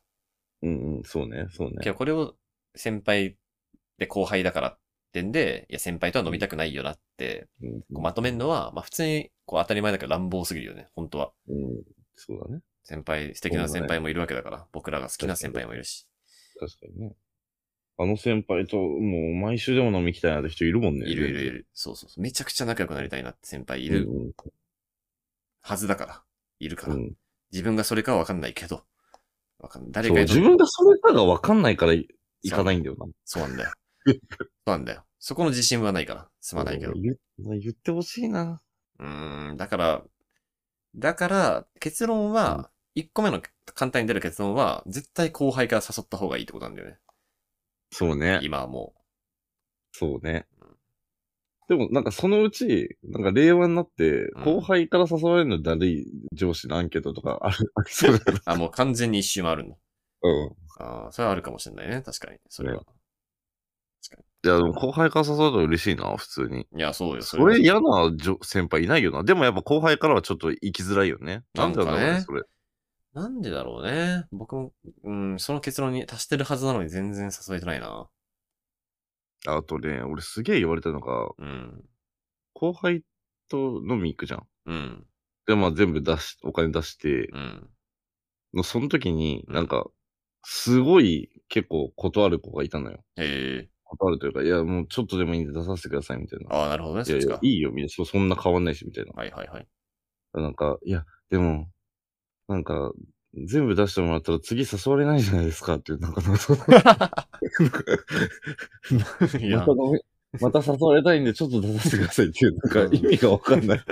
Speaker 2: ん。
Speaker 1: うん、うん、そうね、そう
Speaker 2: け
Speaker 1: ね。
Speaker 2: どこれを先輩で後輩だからってんで、いや先輩とは飲みたくないよなって、
Speaker 1: うん、
Speaker 2: こうまとめるのは、まあ普通にこう当たり前だけど乱暴すぎるよね、本当は。
Speaker 1: うん、そうだね。
Speaker 2: 先輩、素敵な先輩もいるわけだから、僕らが好きな先輩もいるし。
Speaker 1: 確かにね。あの先輩と、もう毎週でも飲み来たいなって人いるもんね。
Speaker 2: いるいるいる。そうそうそう。めちゃくちゃ仲良くなりたいなって先輩いる
Speaker 1: うん
Speaker 2: はずだから。いるか
Speaker 1: う
Speaker 2: ら。
Speaker 1: ん、
Speaker 2: 自分がそれかはわかんないけど。わかんない。
Speaker 1: そ
Speaker 2: 誰
Speaker 1: う
Speaker 2: かにとっ
Speaker 1: 自分がそれかが分かんないからい行かないんだよな。
Speaker 2: そうなんだよ。そうなんだよ。そこの自信はないから。すまないけど
Speaker 1: うん。言言ってほしいな。
Speaker 2: うーん、だから、だから、結論
Speaker 1: う
Speaker 2: は、一個目の簡単に出る結論は、絶対後輩から誘った方がいいってことなんだよね。
Speaker 1: そうね。
Speaker 2: 今はも
Speaker 1: そうね。でも、なんかそのうち、なんか令和になって、
Speaker 2: ん
Speaker 1: 後輩から誘われるのだるい上司のアンケートと かある、ありそうだ
Speaker 2: う
Speaker 1: な。。
Speaker 2: あ、もう完全に一周回るんだ。
Speaker 1: うん。
Speaker 2: ああ、それはあるかもしれないね。確かに。それは。
Speaker 1: いや、でも後輩から誘われたら嬉しいな、普通に。
Speaker 2: いや、そうよ。
Speaker 1: そ
Speaker 2: は
Speaker 1: れ嫌な上先輩いないよな。でもやっぱ後輩からはちょっと行きづらいよね。なんでなんだろう
Speaker 2: なんか
Speaker 1: ね、
Speaker 2: ね
Speaker 1: それ。
Speaker 2: なんでだろうね。僕も、うん、その結論に達してるはずなのに全然誘えてないな。
Speaker 1: あとね、俺すげえ言われたのが、
Speaker 2: うん。
Speaker 1: 後輩と飲み行くじゃん。
Speaker 2: うん。
Speaker 1: で、まあ全部出し、お金出して、
Speaker 2: うん。
Speaker 1: のその時に、なんか、すごい結構断る子がいたのよ。
Speaker 2: へえ。
Speaker 1: 断るというか、いや、もうちょっとでもいいんで出させてください、みたいな。
Speaker 2: ああ、なるほどね。
Speaker 1: い
Speaker 2: そ
Speaker 1: や
Speaker 2: っ
Speaker 1: い
Speaker 2: ち
Speaker 1: や
Speaker 2: か、
Speaker 1: い。いよ、みんな、そそんな変わんないし、みたい
Speaker 2: はいはいはい。
Speaker 1: な。なんか、いや、でも、なんか、全部出してもらったら次誘われないじゃないですかっていう、なんか、なんか
Speaker 2: いや
Speaker 1: また、飲みまた誘われたいんで、ちょっと出させてくださいっていう、なんか
Speaker 2: うん
Speaker 1: 意味がわかんない。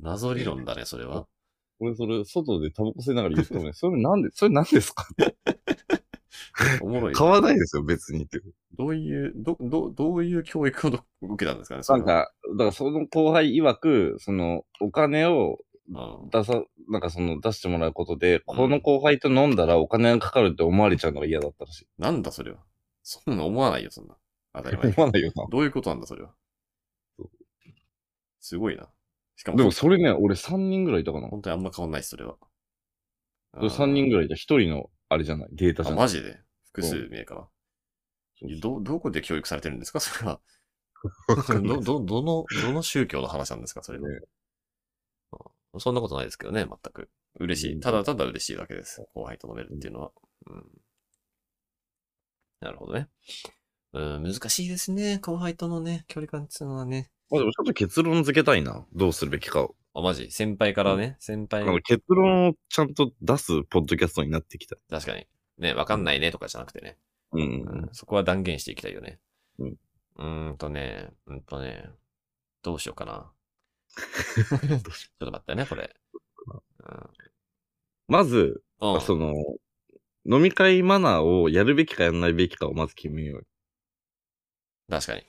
Speaker 2: 謎理論だね、それは。
Speaker 1: 俺それ、外でタバコ吸いながら言ってもね、それなんで、それなんですかって
Speaker 2: おもろい。
Speaker 1: 買わないですよ、別にって。
Speaker 2: どういう、ど、ど、どういう教育をど受けたんですかね、そ
Speaker 1: な
Speaker 2: れ
Speaker 1: ん
Speaker 2: は。
Speaker 1: か、だからその後輩曰く、その、お金を
Speaker 2: うん
Speaker 1: 出さ、なんかその、出してもらうことで、この後輩と飲んだらお金がかかるって思われちゃうのが嫌だったらしい。
Speaker 2: なんだ、それは。そんな思わないよ、そんな。当たり前
Speaker 1: 思。わないよな。
Speaker 2: どういうことなんだ、それは
Speaker 1: そう。
Speaker 2: すごいな。しかも、
Speaker 1: でもそれね、俺3人ぐらいいたかな。
Speaker 2: 本当にあんま変わんないです、それは。
Speaker 1: 3人ぐらいいた。1人の、あれじゃない、データじ
Speaker 2: あ、
Speaker 1: ゃない。
Speaker 2: マジで複数名から。ど、どこで教育されてるんですかそれは。ど、ど、どの、どの宗教の話なんですかそれは、
Speaker 1: ね
Speaker 2: うんそんなことないですけどね、全く。嬉し
Speaker 1: う
Speaker 2: い。
Speaker 1: ん
Speaker 2: ただただ嬉しいだけです。後輩と飲めるっていうのは。うん。なるほどね。うん、難しいですね。後輩とのね、距離感っていうのはね。
Speaker 1: まあでもちょっと結論付けたいな。どうするべきかを。
Speaker 2: あ、マジ先輩からね、先輩
Speaker 1: なんか結論をちゃんと出すポッドキャストになってきた。
Speaker 2: 確かに。ね、わかんないねとかじゃなくてね。
Speaker 1: う
Speaker 2: うん
Speaker 1: ん。
Speaker 2: そこは断言していきたいよね。
Speaker 1: うん。
Speaker 2: うーんとね、うんとね、どうしようか な。ちょっと待ってね、これ。
Speaker 1: まず、
Speaker 2: うん。うん、
Speaker 1: その、飲み会マナーをやるべきかやらないべきかをまず決めようよ。
Speaker 2: 確かに。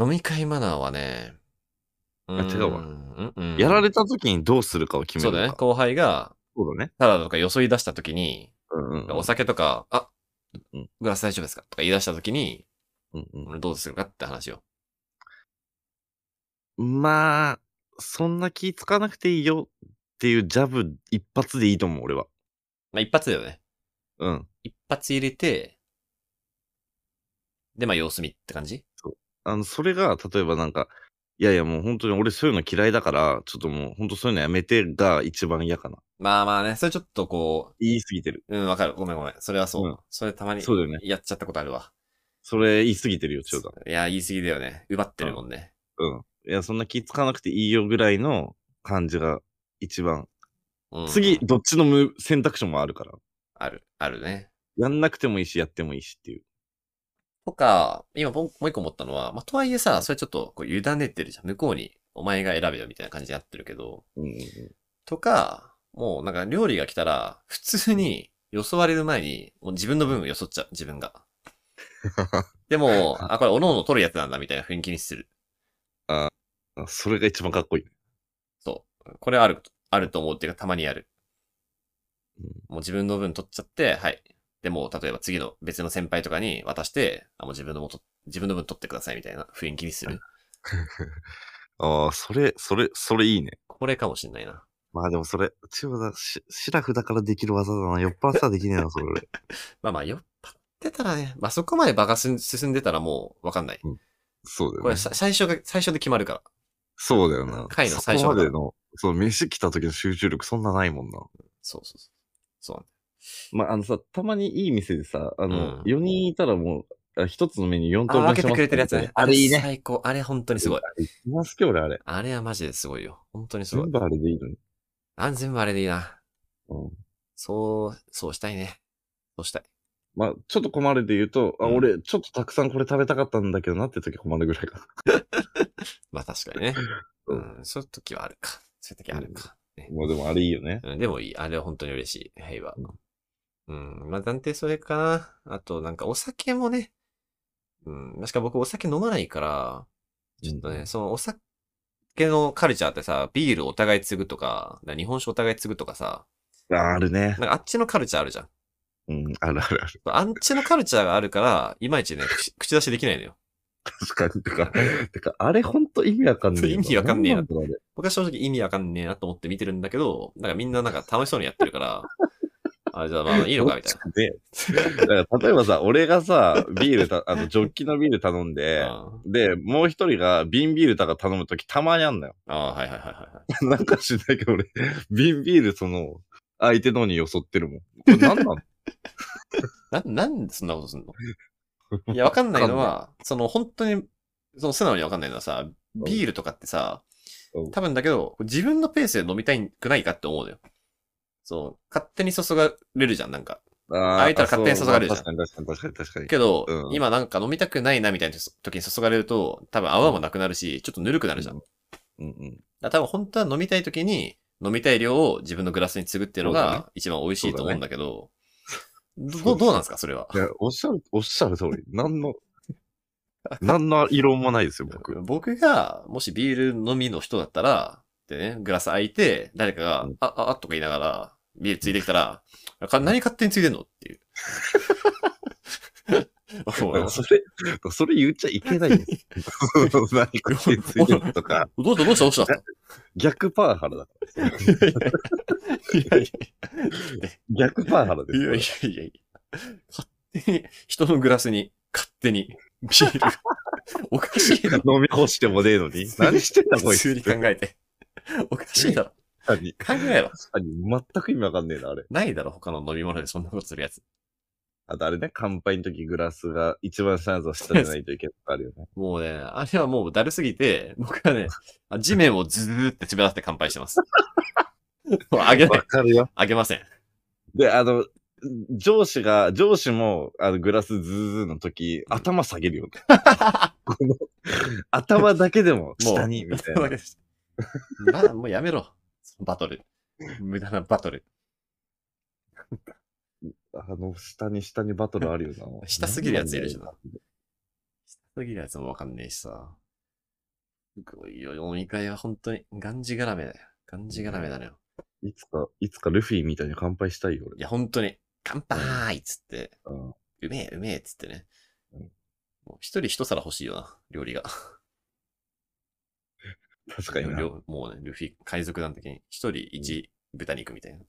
Speaker 2: 飲み会マナーはね、あ
Speaker 1: 違うわ
Speaker 2: うん、うん。
Speaker 1: やられた時にどうするかを決め
Speaker 2: そう
Speaker 1: る
Speaker 2: だね。
Speaker 1: のか。
Speaker 2: 後輩が、
Speaker 1: そうだね。
Speaker 2: ただとかよそい出したときに、
Speaker 1: うんうん。
Speaker 2: お酒とか、あ、
Speaker 1: うん
Speaker 2: グラス大丈夫ですかとか言い出したときに、
Speaker 1: うん
Speaker 2: どうするかって話を。
Speaker 1: うん、まあ、そんな気使わなくていいよっていうジャブ一発でいいと思う、俺は。
Speaker 2: まあ、一発だよね。
Speaker 1: うん。
Speaker 2: 一発入れて、で、まあ、様子見って感じ
Speaker 1: あの、それが、例えばなんか、いやいやもう本当に俺そういうの嫌いだから、ちょっともう本当そういうのやめてが一番嫌かな。
Speaker 2: まあまあね、それちょっとこ
Speaker 1: 言い過ぎてる。
Speaker 2: う、うん、わかる。ごめんごめん。それはそう。
Speaker 1: うん
Speaker 2: それたまに、
Speaker 1: そうだよね。
Speaker 2: やっちゃったことあるわ。
Speaker 1: それ言い過ぎてるよ、千代田。
Speaker 2: いや、言い過ぎだよね。奪ってるもんね。
Speaker 1: うん。いや、そんな気使わなくていいよぐらいの感じが一番。
Speaker 2: うん
Speaker 1: 次、どっちのむ選択肢もあるから。
Speaker 2: ある、あるね。
Speaker 1: やんなくてもいいし、やってもいいしっていう。
Speaker 2: とか、今もうもう一個思ったのは、まあ、とはいえさ、それちょっとこう委ねてるじゃん。向こうに、お前が選べよみたいな感じでやってるけど、
Speaker 1: うんうん
Speaker 2: とか、もうなんか料理が来たら、普通に、よそわれる前に、もう自分の分をよそっちゃう、自分が。でも、あ、これ、おのおの取るやつなんだ、みたいな雰囲気にする。
Speaker 1: うん。それが一番かっこいいね。
Speaker 2: そう。これはある、あると思うっていうか、たまにやる
Speaker 1: うん。
Speaker 2: もう自分の分取っちゃって、はい。でも、例えば次の別の先輩とかに渡して、あ、もう自分のもと、自分の分取ってくださいみたいな雰囲気にする。
Speaker 1: ああ、それ、それ、それいいね。
Speaker 2: これかもしんないな。
Speaker 1: まあでもそれ、千代田、しシラフだからできる技だな。酔っ払ってたらできねえな、 それ俺。
Speaker 2: まあまあ、酔っ払ってたらね、まあそこまで場が進進んでたらもうわかんない。
Speaker 1: そうだよ
Speaker 2: これ
Speaker 1: ね。
Speaker 2: さ最初が、最初で決まるから。
Speaker 1: そうだよな。
Speaker 2: 回の最初
Speaker 1: そ
Speaker 2: だ
Speaker 1: こまでの、その飯来た時の集中力そんなないもんな。
Speaker 2: そうそうそう。そうなんだ
Speaker 1: まああのさ、たまにいい店でさ、あ
Speaker 2: うん
Speaker 1: の、四4人いたらもう、あ一つのメニュー4等
Speaker 2: あ、
Speaker 1: 分
Speaker 2: 分けてくれてるやつね。
Speaker 1: あれいいね。
Speaker 2: 最高。あれ本当にすごい。
Speaker 1: あれ一番好き俺あれ。
Speaker 2: あれはマジですごいよ。本当にすご
Speaker 1: 全
Speaker 2: い。
Speaker 1: 部あれでいいのに。
Speaker 2: あ、全部あれでいいな。
Speaker 1: うん。
Speaker 2: そう、そうしたいね。そうしたい。
Speaker 1: まあ、ちょっと困るで言うと、あ、
Speaker 2: うん
Speaker 1: 俺、ちょっとたくさんこれ食べたかったんだけどなって時困るぐらいかな。
Speaker 2: まあ確かにね。う、
Speaker 1: うん
Speaker 2: そういう時はあるか。そういう時あるか。ね
Speaker 1: もうでもあれいいよね。
Speaker 2: うん、でもいい。あれは本当に嬉しい。平和。うん、まあ暫定それかな。あとなんかお酒もね。うん、確か僕お酒飲まないから、ちょっとね、そのお酒のカルチャーってさ、ビールお互い継ぐとか、なんか日本酒お互い継ぐとかさ、
Speaker 1: あーあるね。
Speaker 2: なんかあっちのカルチャーあるじゃん。
Speaker 1: うん、あるあるある。
Speaker 2: あっちのカルチャーがあるから、いまいちね、口口出しできないのよ。
Speaker 1: 確かに。てか、 てか、あれほんと意味わかんねえよ。
Speaker 2: 意味わかんねえ
Speaker 1: な
Speaker 2: な
Speaker 1: んだろうあれ
Speaker 2: 僕は正直意味わかんねえなと思って見てるんだけど、なんかみんななんか楽しそうにやってるから、あじゃあまあいいのかみ たい
Speaker 1: で、だから例えばさ、俺がさ、ビールた、あの、ジョッキのビール頼んで、
Speaker 2: な。うん
Speaker 1: で、もう一人が瓶ビールとか頼むときたまにあんのよ。
Speaker 2: ああ、はいはいはいはいはい。
Speaker 1: なんか知んないけど俺、瓶ビールその、相手のによそってるもん。これ何なの
Speaker 2: な、なんでそんなことすんの いや、わかんないのは、その本当に、その素直にわかんないのはさ、ビールとかってさ
Speaker 1: うん、
Speaker 2: 多分だけど、自分のペースで飲みたいくないかって思うのよ。そう、勝手に注がれるじゃん、なんか。
Speaker 1: あー
Speaker 2: 相手は勝手に注がれるじゃん
Speaker 1: 確かに確かに確かに確かに。
Speaker 2: けど、
Speaker 1: うん
Speaker 2: 今なんか飲みたくないなみたいな時に注がれると、多分泡もなくなるし、ちょっとぬるくなるじゃん。
Speaker 1: うんうん。
Speaker 2: だから多分本当は飲みたい時に飲みたい量を自分のグラスに継ぐっていうの
Speaker 1: そうだね
Speaker 2: が一番美味しいと思うんだけど、
Speaker 1: そうだね
Speaker 2: どどどうなんですかそれは。
Speaker 1: いや、おっしゃる、おっしゃる通り。何の、何の異論もないですよ、僕。
Speaker 2: 僕が、もしビール飲みの人だったら、でね、グラス空いて、誰かが
Speaker 1: うん、
Speaker 2: あ、あ、あとか言いながら、ビールついてきたら、か何勝手についてんのって いう。思います
Speaker 1: それ、それ言っちゃいけないんですよ。 何かついてるとか、
Speaker 2: どうしたどうしたどうした
Speaker 1: 逆パワハラだ。
Speaker 2: いやい
Speaker 1: 逆パワハラです。
Speaker 2: やいやいやいやいや勝手に、人のグラスに、勝手に、ビ ール。おかしいだろ。
Speaker 1: 飲み干してもねえのに。何してんだ、こ
Speaker 2: 普
Speaker 1: いつ
Speaker 2: 通。に考えて。おかしいだろ。
Speaker 1: 確かに。
Speaker 2: 考えろ。
Speaker 1: 確かに、全く意味わかんねえな、あれ。
Speaker 2: ないだろ、他の飲み物でそんなことするやつ。
Speaker 1: あとあれね、乾杯の時グラスが一番シャンスを下じゃないといけないとかあるよね。
Speaker 2: もうね、あれはもうだるすぎて、 僕はね、あ地面をズーって滑らせて乾杯してます。 もうあげ な
Speaker 1: わ
Speaker 2: い、
Speaker 1: かるよ。
Speaker 2: あげません。
Speaker 1: で、あの、上司が、上司も、あの、グラスズーズーの時、
Speaker 2: うん
Speaker 1: 頭下げるよ ね。この頭だけでも下に、みたいな。
Speaker 2: まあ、もうやめろ。そのバトル。無駄なバトル。
Speaker 1: あの、下に下にバトルあるよな。
Speaker 2: 下すぎるやついるし
Speaker 1: な
Speaker 2: な。下すぎるやつもわかんねえしさ。すごいよ、飲み会は本当に、がんじがらめだよ。がんじがらめだね。
Speaker 1: いつか、いつかルフィみたいに乾杯したいよ、
Speaker 2: いや、本当に、乾杯っつって、
Speaker 1: 俺。うん。
Speaker 2: うめえ、うめえっつってね。
Speaker 1: うん
Speaker 2: もう一人一皿欲しいよな、料理が。
Speaker 1: 確かにな。うん
Speaker 2: 両もうね、ルフィ、海賊団的に、一人一豚肉みたいな。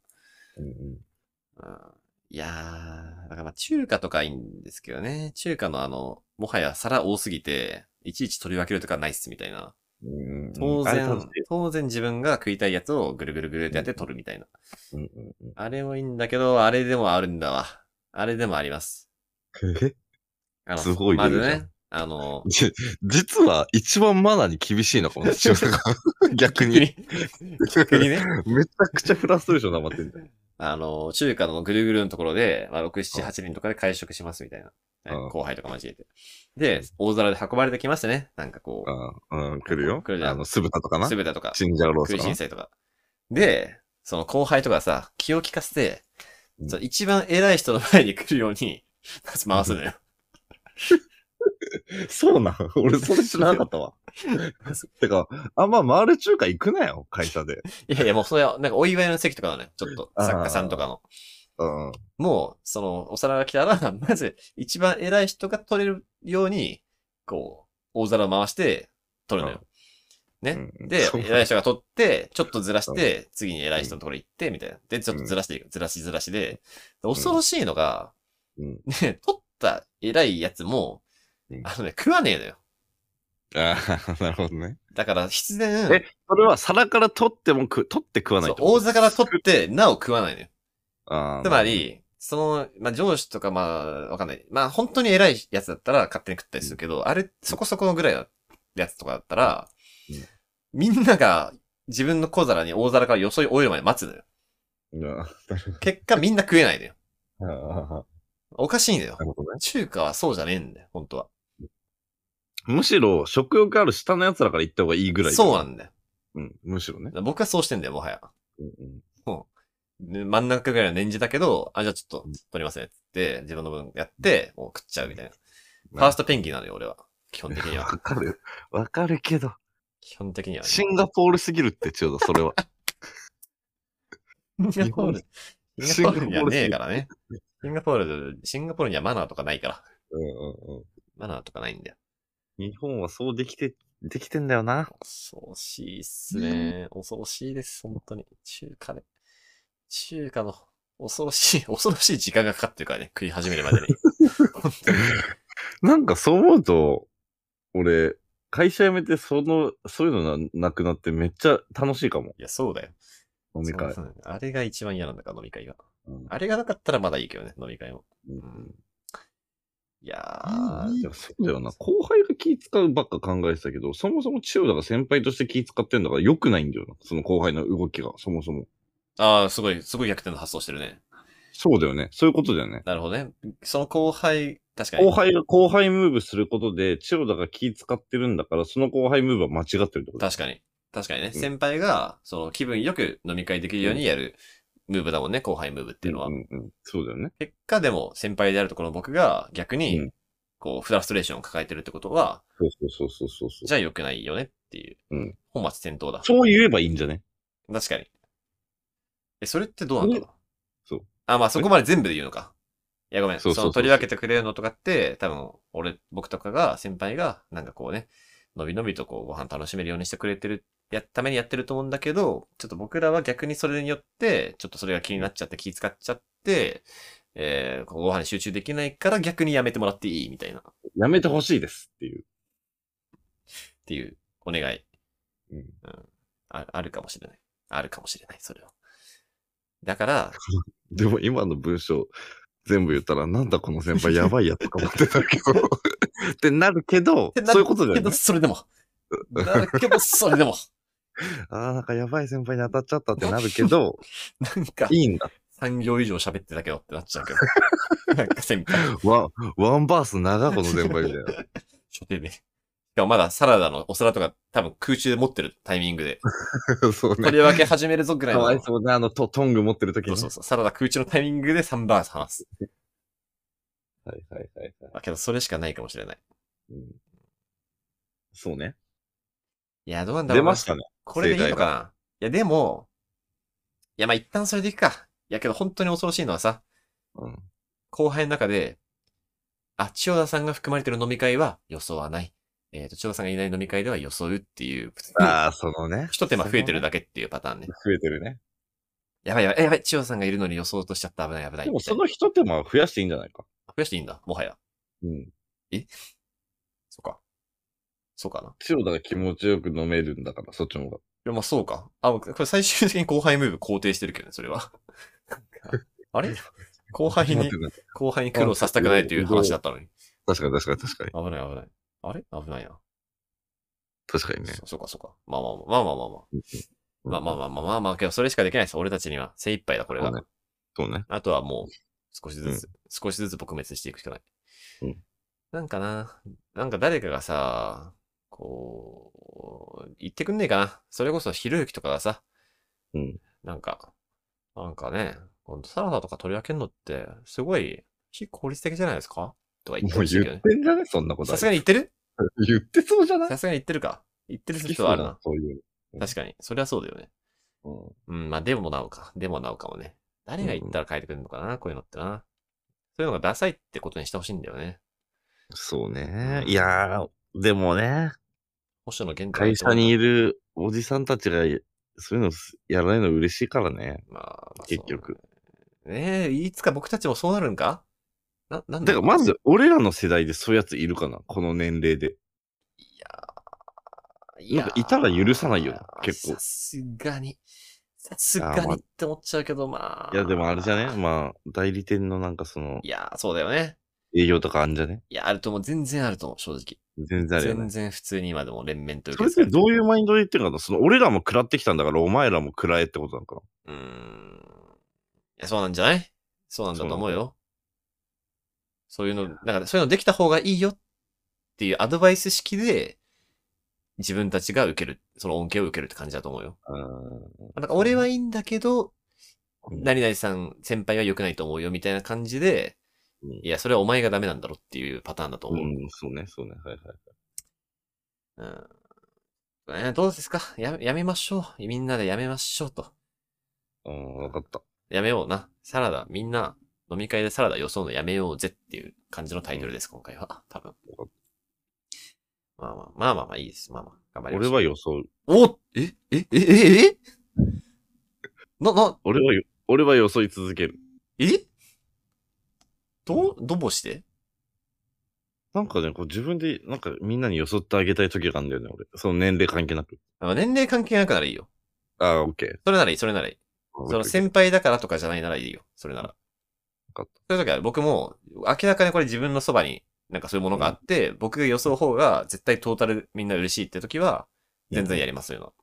Speaker 1: うん
Speaker 2: うんいやー、だからまあ中華とかいいんですけどね。中華のあの、もはや皿多すぎて、いちいち取り分けるとかないっすみたいな。
Speaker 1: うんうん。
Speaker 2: 当
Speaker 1: あれ
Speaker 2: 然、
Speaker 1: 楽しい
Speaker 2: 当然自分が食いたいやつをぐるぐるぐるってやって取るみたいな。
Speaker 1: うんうんうん
Speaker 2: あれもいいんだけど、あれでもあるんだわ。あれでもあります。
Speaker 1: え
Speaker 2: あの
Speaker 1: すごい
Speaker 2: ま
Speaker 1: 出
Speaker 2: ず
Speaker 1: るじゃん
Speaker 2: ね、あの、
Speaker 1: じ 実は一番マナーに厳しいのかもね、千代 さんが逆に。
Speaker 2: に、逆にね、
Speaker 1: めちゃくちゃフラストレーション溜まってんだよ。
Speaker 2: あの、中華のぐるぐるのところで、まあ、6、7、8人とかで会食しますみたいな。
Speaker 1: うん
Speaker 2: 後輩とか交えて。で、大皿で運ばれてきましてね。なんかこ
Speaker 1: うん、うん、来るよ。
Speaker 2: 来るじゃん
Speaker 1: あの、酢豚とか
Speaker 2: う、
Speaker 1: な
Speaker 2: す。べてとか、
Speaker 1: チンジャオロース
Speaker 2: 食い
Speaker 1: か
Speaker 2: し。
Speaker 1: なん
Speaker 2: とか。で、その後輩とかさ、気を利かせて、
Speaker 1: うん
Speaker 2: その一番偉い人の前に来るように、 回すのよ。
Speaker 1: そう なん俺それ知らなかったわ。てか、あんま回る中華行くなよ、会社で。
Speaker 2: いやいや、もうそれは、なんかお祝いの席とかだね。ちょっと、
Speaker 1: あー
Speaker 2: 作家さんとかの。
Speaker 1: うん。
Speaker 2: もう、その、お皿が来たら、 まず、一番偉い人が取れるように、こう、大皿を回して、取るのよ。
Speaker 1: うん
Speaker 2: で、
Speaker 1: そう
Speaker 2: 偉い人が取って、ちょっとずらして、次に偉い人のところ行って、みたいな。で、ちょっとずらしていく。ずらしずらしで。で恐ろしいのが、
Speaker 1: うん
Speaker 2: ね、取った偉いやつも
Speaker 1: うん、
Speaker 2: あのね、食わねえのよ。
Speaker 1: ああ、なるほどね。
Speaker 2: だから必
Speaker 1: え
Speaker 2: 然、
Speaker 1: それは皿から取っても食う、取って食わない
Speaker 2: そ
Speaker 1: っ
Speaker 2: う
Speaker 1: てこと
Speaker 2: 大魚取って、なお食わないのよ。
Speaker 1: あー
Speaker 2: つま、り、その、まあ、上司とか、まあ、わかんない。まあ、本当に偉いやつだったら勝手に食ったりするけど、あれ、そこそこのぐらいのやつとかだったら
Speaker 1: うん、
Speaker 2: みんなが自分の小皿に大皿からよそい終えるまで待つのよ。
Speaker 1: うんあ
Speaker 2: 結果みんな食えないのよ。
Speaker 1: ーな
Speaker 2: おかしいんだよ。
Speaker 1: るほどね。
Speaker 2: 中華はそうじゃねえんだよ、本当は。
Speaker 1: むしろ、食欲ある下の奴らから行った方がいいぐらい。
Speaker 2: そうなんだよ。
Speaker 1: うん、むしろね。
Speaker 2: 僕はそうしてんだよ、もはや。
Speaker 1: うんうん
Speaker 2: ね真ん中ぐらいの年次だけど、あ、じゃあちょっと
Speaker 1: うん
Speaker 2: 取りませんって言って、自分の分やって、もう食っちゃうみたいな。フ
Speaker 1: ま
Speaker 2: ァ
Speaker 1: あ
Speaker 2: ーストペンギンなのよ、俺は。基本的には。
Speaker 1: わかる。わかるけど。
Speaker 2: 基本的にはね。
Speaker 1: シンガポールすぎるって、ちょうどそ れは。
Speaker 2: シンガポール。シ
Speaker 1: シ
Speaker 2: ン
Speaker 1: ン
Speaker 2: ガ
Speaker 1: ガ
Speaker 2: ポ
Speaker 1: ポ
Speaker 2: ー
Speaker 1: ール
Speaker 2: ルにはねえからね。シンガポール、シンガポールにはマナーとかないから。
Speaker 1: うんうんうん。
Speaker 2: マナーとかないんだよ。
Speaker 1: 日本はそうできて、できてんだよな。
Speaker 2: 恐ろしいっすね。恐ろしいです、本当に。中華で。中華の恐ろしい、 恐ろしい時間がかかってるからね、食い始める までに。本当に。
Speaker 1: なんかそう思うと、俺、会社辞めて、その、そういうのななくなってめっちゃ楽しいかも。
Speaker 2: いや、そうだよ。
Speaker 1: 飲み会
Speaker 2: そ。うそうあれが一番嫌なんだから、飲み会が。
Speaker 1: うん
Speaker 2: あれがなかったらまだいいけどね、飲み会も。
Speaker 1: うん
Speaker 2: いや
Speaker 1: いい
Speaker 2: ー
Speaker 1: よ、そうだよな。後輩が気使うばっか考えてたけど、そもそも千代田が先輩として気使ってんだから良くないんだよな。その後輩の動きが、そもそも。
Speaker 2: ああ、すごい、すごい逆転の発想してるね。
Speaker 1: そうだよね。そういうことだよね。
Speaker 2: なるほどね。その後輩、確かに。
Speaker 1: 後輩が後輩ムーブすることで、千代田が気使ってるんだから、その後輩ムーブは間違ってるってことだよ
Speaker 2: 確かに。確かにね、
Speaker 1: うん
Speaker 2: 先輩が、その気分よく飲み会できるようにやるムーブだもんね、後輩ムーブっていうのは。
Speaker 1: んうんそうだよね。
Speaker 2: 結果でも先輩であるところの僕が逆
Speaker 1: う
Speaker 2: に
Speaker 1: ん、
Speaker 2: こう、フラストレーションを抱えてるってことは、
Speaker 1: そうそうそうそうそう
Speaker 2: じ
Speaker 1: そ
Speaker 2: ゃ
Speaker 1: う。
Speaker 2: あ良くないよねっていう
Speaker 1: うん。
Speaker 2: 本末転倒だ。
Speaker 1: そう言えばいいんじゃね
Speaker 2: 確かに。え、それってどうなんだろう
Speaker 1: そう。
Speaker 2: あ、まあそこまで全部で言うのか。いや、ごめん。そ
Speaker 1: そうそうそうそう
Speaker 2: の取り分けてくれるのとかって、多分、俺、僕とかが、先輩が、なんかこうね、のびのびとこう、ご飯楽しめるようにしてくれてる、や、ためにやってると思うんだけど、ちょっと僕らは逆にそれによって、ちょっとそれが気になっちゃって、気使っちゃって、えー、こうご飯に集中できないから逆にやめてもらっていいみたいな、っ
Speaker 1: やめてほしいですっていう。
Speaker 2: ていうお願い。
Speaker 1: うん
Speaker 2: ああるかもしれない。あるかもしれない、それは。だから、
Speaker 1: でも今の文章全部言ったら、なんだこの先 輩やばいやつか思ってたけど。ってなるけど
Speaker 2: って、なる
Speaker 1: そういうことだ
Speaker 2: け
Speaker 1: よ
Speaker 2: ど、
Speaker 1: ね。
Speaker 2: それでも。だけど、そ れでも。
Speaker 1: ああ、なんかやばい先輩に当たっちゃったってなるけど、
Speaker 2: なんか、
Speaker 1: いいんだ。
Speaker 2: 3行以上喋ってたけどってなっちゃうけ ど。なんか先輩、
Speaker 1: ワン、ワンバース長いこの先輩みたいな。
Speaker 2: 初手で。しかもまだサラダのお皿とか多分空中で持ってるタイミン グで、
Speaker 1: そう
Speaker 2: 取
Speaker 1: ね。
Speaker 2: り分け始めるぞぐら い
Speaker 1: か
Speaker 2: の。
Speaker 1: わいそうね、あのト、トング持ってる時
Speaker 2: そ
Speaker 1: に
Speaker 2: う
Speaker 1: ね。
Speaker 2: そうそう。サラダ空中のタイミングで3バース話す。
Speaker 1: はいはいはいはい。
Speaker 2: あけど、それしかないかもしれない。
Speaker 1: うんそうね。
Speaker 2: いや、どうなんだろ
Speaker 1: 出
Speaker 2: うな。
Speaker 1: ましたね。
Speaker 2: これでいいのかないや、でも、いや、まあ、一旦それでいくか。いや、けど本当に恐ろしいのはさ、
Speaker 1: うん。
Speaker 2: 後輩の中で、あ、千代田さんが含まれてる飲み会は装わない。えっ、と、千代田さんがいない飲み会では装うっていう、
Speaker 1: ああ、そのね。
Speaker 2: 一手間増えてるだけっていうパターンね。
Speaker 1: 増えてるね。
Speaker 2: やばいやばい、えやばい、千代田さんがいるのに装うとしちゃった危ない危ない。
Speaker 1: でもそ
Speaker 2: み
Speaker 1: の
Speaker 2: たい
Speaker 1: 一手間増やしていいんじゃないか。
Speaker 2: な増やしていいんだ、もはや。
Speaker 1: うん。
Speaker 2: そうか。そうかな。い
Speaker 1: 千代田が気持ちよく飲めるんだから、そっちの方が。
Speaker 2: や、まあそうか。あ、これ最終的に後輩ムーブ肯定してるけどね、それは。あれ 後輩
Speaker 1: 待っ
Speaker 2: に
Speaker 1: て、ください
Speaker 2: 後輩に苦労させたくないという話だったのに。
Speaker 1: 確かに確かに確かに。
Speaker 2: 危ない危ない。あれ危ないな。
Speaker 1: 確かにね。
Speaker 2: そそうかそうか。まあまあまあまあまあまあ。まあまあまあまあまあまあ、けどそれしかできないです。俺たちには精一杯だ、これ
Speaker 1: そ
Speaker 2: が
Speaker 1: う。ね。そうね。
Speaker 2: あとはもう、少しずつ、少しずつ撲滅していくしかない。
Speaker 1: うん
Speaker 2: なんかな、なんか誰かがさ、こう、言ってくんねえかな。それこそひろゆきとかがさ、
Speaker 1: うん
Speaker 2: なんか、なんかね、ほんとサラダとか取り分けるのって、すごい、非効率的じゃないですかとか言って
Speaker 1: もう
Speaker 2: ほしいけ
Speaker 1: 言
Speaker 2: どね
Speaker 1: っ。て んじゃねそんなことある
Speaker 2: さすがに言ってる
Speaker 1: 言ってそうじゃない
Speaker 2: さすがに言ってるか。言ってる
Speaker 1: 好き
Speaker 2: 人
Speaker 1: そう
Speaker 2: は
Speaker 1: だ
Speaker 2: あるな。
Speaker 1: そういううん
Speaker 2: 確かに。それはそうだよね。
Speaker 1: の。
Speaker 2: うん、まあ、でもなおか。でもなおかもね。誰が言ったら変えてくれるのかな、こういうのってな。そういうのがダサいってことにしてほしいんだよね。
Speaker 1: そう
Speaker 2: う
Speaker 1: ね。
Speaker 2: ん
Speaker 1: いやー、でもね、
Speaker 2: 星野源太郎
Speaker 1: 会社にいるおじさんたちが、そういうのやらないの嬉しいからね。
Speaker 2: まあ、まあ
Speaker 1: 結局。
Speaker 2: そうねえ、いつか僕たちもそうなるんかな、なん
Speaker 1: だ
Speaker 2: だ
Speaker 1: か
Speaker 2: ろ
Speaker 1: ら
Speaker 2: う
Speaker 1: ま。ず、俺らの世代でそういうやついるかなこの年齢で。
Speaker 2: いやー
Speaker 1: なんかいたら許さないよな結構
Speaker 2: さすがに。さすが
Speaker 1: あーま
Speaker 2: に
Speaker 1: あ
Speaker 2: って思っちゃうけど、まあ。
Speaker 1: いや、でもあれじゃねまあ、代理店のなんかその
Speaker 2: い、やー、そうだよね。
Speaker 1: 営業とかあんじゃね
Speaker 2: いや、あると思う。全然あると思う、正直。
Speaker 1: 全然あるよね
Speaker 2: 全。然普通に今でも連綿という
Speaker 1: それってどういうマインドで言ってるのかなその俺らも食らってきたんだから、お前らも食らえってことなのかな
Speaker 2: うーんいや、そうなんじゃないそうなんだと思うよ。そういうの、だからそういうのできた方がいいよっていうアドバイス式で、自分たちが受ける、その恩恵を受けるって感じだと思うよ。なんか俺はいいんだけど、
Speaker 1: うん
Speaker 2: 何々さん、先輩は良くないと思うよみたいな感じで、
Speaker 1: うん
Speaker 2: いや、それはお前がダメなんだろっていうパターンだと
Speaker 1: う
Speaker 2: 思う。
Speaker 1: ん、そうね、そうね。はいはい。
Speaker 2: うんねどうですかややめましょう。みんなでやめましょうと。
Speaker 1: うん、わかった。
Speaker 2: やめような。サラダ、みんな、飲み会でサラダ予想のやめようぜっていう感じのタイトルです、今回は。多分。まあまあ、まあまあまあいいです。まあまあ、頑張りま
Speaker 1: 俺
Speaker 2: しょう。
Speaker 1: は予想、
Speaker 2: 俺は、おえ、え、え、え、 えな、な、
Speaker 1: 俺はよ、俺は予想い続ける。
Speaker 2: えどう、どぼして
Speaker 1: なんかね、こう自分で、なんかみんなによそってあげたい時があるんだよね、俺。その年齢関係なく。
Speaker 2: あ年齢関係なくならいいよ。
Speaker 1: ああ、オッケー。
Speaker 2: それならいい、それならいい。その先輩だからとかじゃないならいいよ。それなら。
Speaker 1: かった
Speaker 2: そういう時は僕も、明らかにこれ自分のそばになんかそういうものがあって、僕が予想方が絶対トータルみんな嬉しいって時は、全然やります、そういうのは。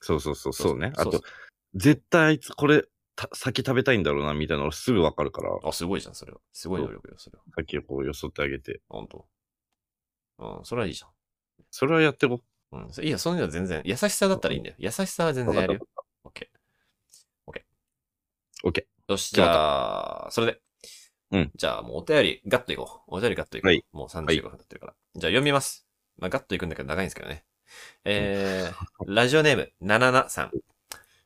Speaker 1: そうそうそう、そうね。
Speaker 2: そう
Speaker 1: あ
Speaker 2: そう
Speaker 1: と、絶対あいつこれ、た先食べたいんだろうな、みたいなの俺すぐわかるから、
Speaker 2: あ、すごいじゃん、それは。すごい能力よ、それは。
Speaker 1: 先をこうよそってあげて。
Speaker 2: ほんと。うん、それはいいじゃ
Speaker 1: それはやってこ
Speaker 2: ん。うん。それいいよ、そういうのは全然。優しさだったらいいんだよ。優しさは全然やるよ。オッケー。オッケー。
Speaker 1: オッケ
Speaker 2: ー。よし、じゃあ、それで。
Speaker 1: うん。
Speaker 2: じゃあ、もうお便り、ガッといこう。お便りガッといこう。
Speaker 1: はい
Speaker 2: もう35分経ってるから。じゃあ、読みます。まあ、ガッといくんだけど長いんですけどね。えー、ラジオネーム、なななさん。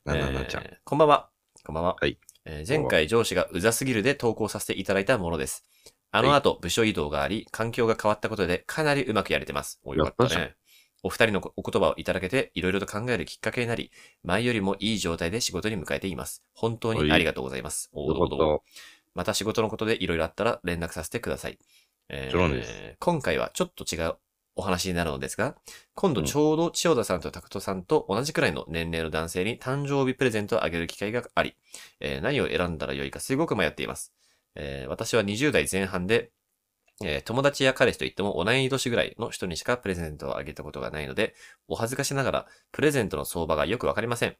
Speaker 1: なななちゃん。
Speaker 2: えーこんばんは。こんばんは。
Speaker 1: はい
Speaker 2: えー前回上司がうざすぎるで投稿させていただいたものです。あの後、部署移動があり、環境が変わったことでかなりうまくやれてます。およかった
Speaker 1: やったじ
Speaker 2: ね。お二人のお言葉をいただけて、いろいろと考えるきっかけになり、前よりもいい状態で仕事に向かえています。本当にありがとうございます。お
Speaker 1: よ
Speaker 2: ー
Speaker 1: か
Speaker 2: どうもどうも
Speaker 1: っ
Speaker 2: また仕事のことでいろいろあったら連絡させてください。え
Speaker 1: もちろんです
Speaker 2: 今回はちょっと違うお話になるのですが、今度
Speaker 1: うん
Speaker 2: ちょうど千代田さんと拓人さんと同じくらいの年齢の男性に誕生日プレゼントをあげる機会があり、えー何を選んだらよいかすごく迷っています。えー私は20代前半で、えー友達や彼氏といっても同い年ぐらいの人にしかプレゼントをあげたことがないので、お恥ずかしながらプレゼントの相場がよくわかりません。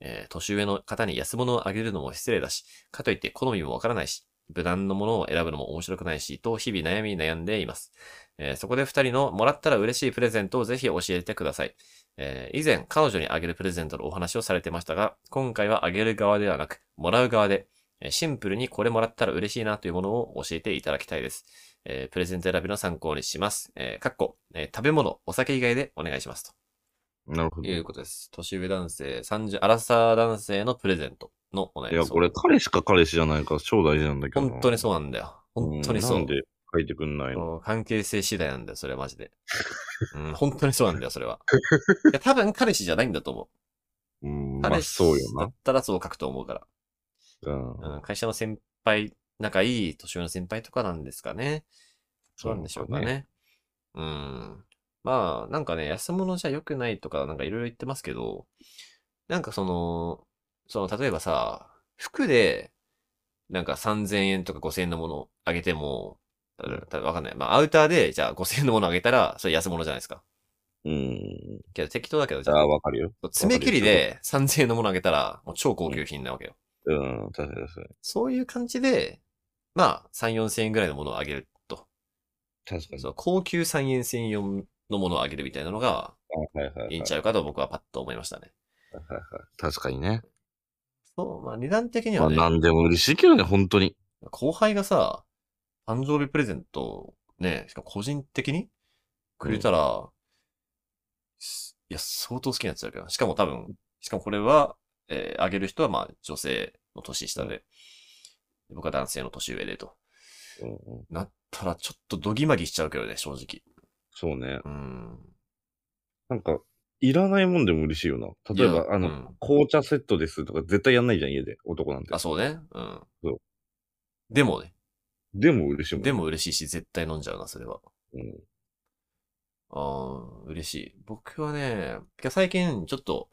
Speaker 2: えー年上の方に安物をあげるのも失礼だし、かといって好みもわからないし、無難のものを選ぶのも面白くないし、と日々悩み悩んでいます。えーそこで二人のもらったら嬉しいプレゼントをぜひ教えてください。えー以前、彼女にあげるプレゼントのお話をされてましたが、今回はあげる側ではなく、もらう側で、えーシンプルにこれもらったら嬉しいなというものを教えていただきたいです。えープレゼント選びの参考にします。えーかっこ、えー食べ物、お酒以外でお願いします。
Speaker 1: と。なるほ
Speaker 2: と
Speaker 1: ど。
Speaker 2: いう
Speaker 1: い
Speaker 2: ことです。年上男性、30、アラサー男性のプレゼントのお悩み。
Speaker 1: や、これ、彼しか彼氏じゃないから超大事なんだけどな。
Speaker 2: 本当にそうなんだよ。本当にそう。
Speaker 1: んなんで書いてくんないの
Speaker 2: そう関係性次第なんだよ、それはマジで。うん、本当にそうなんだよ、それは。いや、多分彼氏じゃないんだと思
Speaker 1: うん、
Speaker 2: う。
Speaker 1: まあ
Speaker 2: 彼
Speaker 1: そう
Speaker 2: 氏
Speaker 1: よ
Speaker 2: だ
Speaker 1: な
Speaker 2: ったらそう書くと思うか。
Speaker 1: うん
Speaker 2: ら。うん、会社の先輩、仲いい年上の先輩とかなんですかね。そうなんでしょうかね。。うん。まあ、なんかね、安物じゃ良くないとか、なんかいろいろ言ってますけど、なんかその、その、例えばさ、服で、なんか3000円とか5000円のものをあげても、たたわかんない。まあ、アウターで、じゃあ5000円のものあげたら、それ安物じゃないですか。
Speaker 1: うん。
Speaker 2: けど適当だけど、じ
Speaker 1: あ
Speaker 2: ゃあ
Speaker 1: あ、、わかるよ。
Speaker 2: 爪切りで3000円のものあげたら、もう超高級品なわけよ。
Speaker 1: うん、確かに確かに。
Speaker 2: そういう感じで、まあ、3、4000円ぐらいのものをあげると。
Speaker 1: 確かに。
Speaker 2: そう高級3円1000円のものをあげるみたいなのが、
Speaker 1: あはいはいはいい
Speaker 2: いん
Speaker 1: はい
Speaker 2: ちゃうかと僕はパッと思いましたね。
Speaker 1: はい。確かにね。
Speaker 2: そう、まあ値段的に
Speaker 1: ま
Speaker 2: は
Speaker 1: あ、
Speaker 2: ね、
Speaker 1: なんでも嬉しいけどね、本当に。
Speaker 2: 後輩がさ、誕生日プレゼントをね、しかも個人的にくれたら、すいや、相当好きなやつだけど、しかも多分、しかもこれは、えーあげる人はまあ女性の年下で、僕は男性の年上でと。
Speaker 1: うんうん、
Speaker 2: なったらちょっとドギマギしちゃうけどね、正直。
Speaker 1: そうね。
Speaker 2: うん。
Speaker 1: なんか、いらないもんでも嬉しいよな。例え
Speaker 2: い
Speaker 1: ば、
Speaker 2: や
Speaker 1: あの、
Speaker 2: うん
Speaker 1: 紅茶セットですとか絶対やんないじゃん、家で。男なんて
Speaker 2: あ、。そうね。うん。
Speaker 1: そう
Speaker 2: でもね、
Speaker 1: でも嬉しいもん。
Speaker 2: でも嬉しいし、絶対飲んじゃうな、それは。
Speaker 1: うん。
Speaker 2: ああ、嬉しい。僕はね、いや最近ちょっと、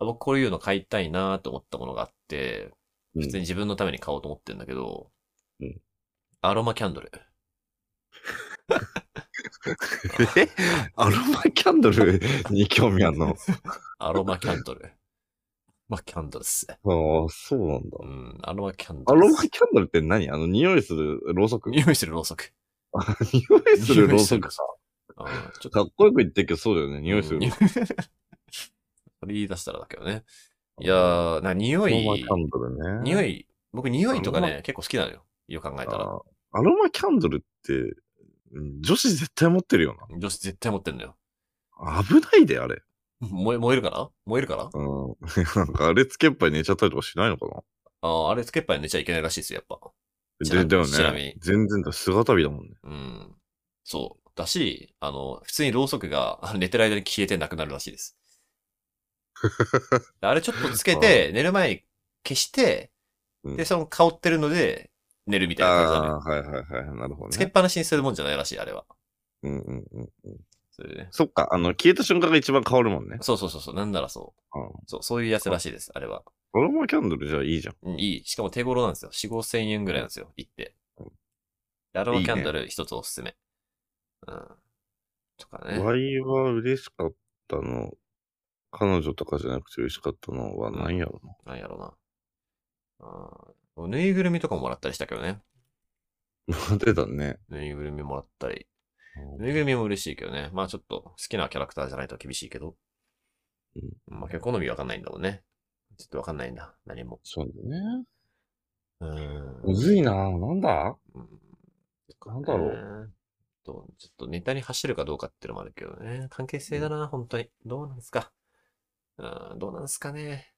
Speaker 2: あ僕こういうの買いたいなと思ったものがあって、
Speaker 1: うん
Speaker 2: 普通に自分のために買おうと思ってるんだけど、
Speaker 1: うん
Speaker 2: アロマキャンドル。
Speaker 1: え アロマキャンド ルに興味あんの
Speaker 2: アロマキャン ドル。まあ、キャンドルっす。
Speaker 1: ああ、そうなんだ
Speaker 2: う。ん、アロマキャン
Speaker 1: ア
Speaker 2: ドル
Speaker 1: ロ
Speaker 2: っ
Speaker 1: マ
Speaker 2: す。
Speaker 1: キャンドルって何あの、匂いするろうそく匂
Speaker 2: 匂いするろうそく。
Speaker 1: いするろうそく
Speaker 2: 匂いするろうそくうんちょっと
Speaker 1: かっこよく言ってるけど、そうだよね。匂いする。
Speaker 2: うん それ言い出したらだけどね。いやー、な、匂
Speaker 1: ア
Speaker 2: い
Speaker 1: ロ、マキャンドルね。
Speaker 2: 匂
Speaker 1: い
Speaker 2: い、僕匂いとか
Speaker 1: アロ
Speaker 2: ね、結構好きなのよ。よく考えたら。
Speaker 1: アロマキャンドルって、うん女子絶対持ってるよ
Speaker 2: 女子絶対持ってんのよ。
Speaker 1: な。危ないで、あれ。
Speaker 2: 燃え、燃えるから燃えるから
Speaker 1: うん。 なんか、あれつけっぱい寝ちゃったりとかしないのかな
Speaker 2: ああ、あれつけっぱい寝ちゃいけないらしいですよ、やっぱ。ちなみ
Speaker 1: で
Speaker 2: に
Speaker 1: だよ
Speaker 2: ちなみに
Speaker 1: ね。全然だ。姿見だもんね。
Speaker 2: うん。そう。だし、あの、普通にろうそくが あの寝てる間に消えてなくなるらしい です。あれちょっとつけて、寝る前に消して、
Speaker 1: うん
Speaker 2: で、その香ってるので、寝るみたいな感じだね。
Speaker 1: ああー、はいはいはい。なるほど
Speaker 2: つけっ
Speaker 1: ね。
Speaker 2: ぱなしにするもんじゃないらしい、あれは。
Speaker 1: うんうんうんうん。
Speaker 2: それでね。
Speaker 1: そっか、あの、消えた瞬間が一番変わるもんね。
Speaker 2: そうそうそうそう、なんならそうう。そう、そういうやつらしいです、あれは。
Speaker 1: ん。アロマキャンドルじゃいいじゃん。
Speaker 2: うん、いい。しかも手頃なんですよ。4、5千円ぐらいなんですよ。行って
Speaker 1: うん。
Speaker 2: アロマ
Speaker 1: いい
Speaker 2: キ
Speaker 1: ね
Speaker 2: ャンドル一つおすすめ。うん。とかね。
Speaker 1: ワイは嬉しかったの。彼女とかじゃなくて嬉しかったのは何や ろ
Speaker 2: なんやろうな。あーぬいぐるみとかももらったりしたけどね。
Speaker 1: な。なってたね。
Speaker 2: ぬいぐるみもらったり。ぬいぐるみも嬉しいけどね。まあちょっと好きなキャラクターじゃないと厳しいけど。まあ結構好みわかんないんだもんね。ちょっとわかんないんだ。何も。
Speaker 1: そうだね。
Speaker 2: うーん。
Speaker 1: むずいななんだ
Speaker 2: うん
Speaker 1: なんだろう。
Speaker 2: う。とちょっとネタに走るかどうかっていうのもあるけどね。関係性だな、本当に。どうなんですか。うん、どうなんですかね。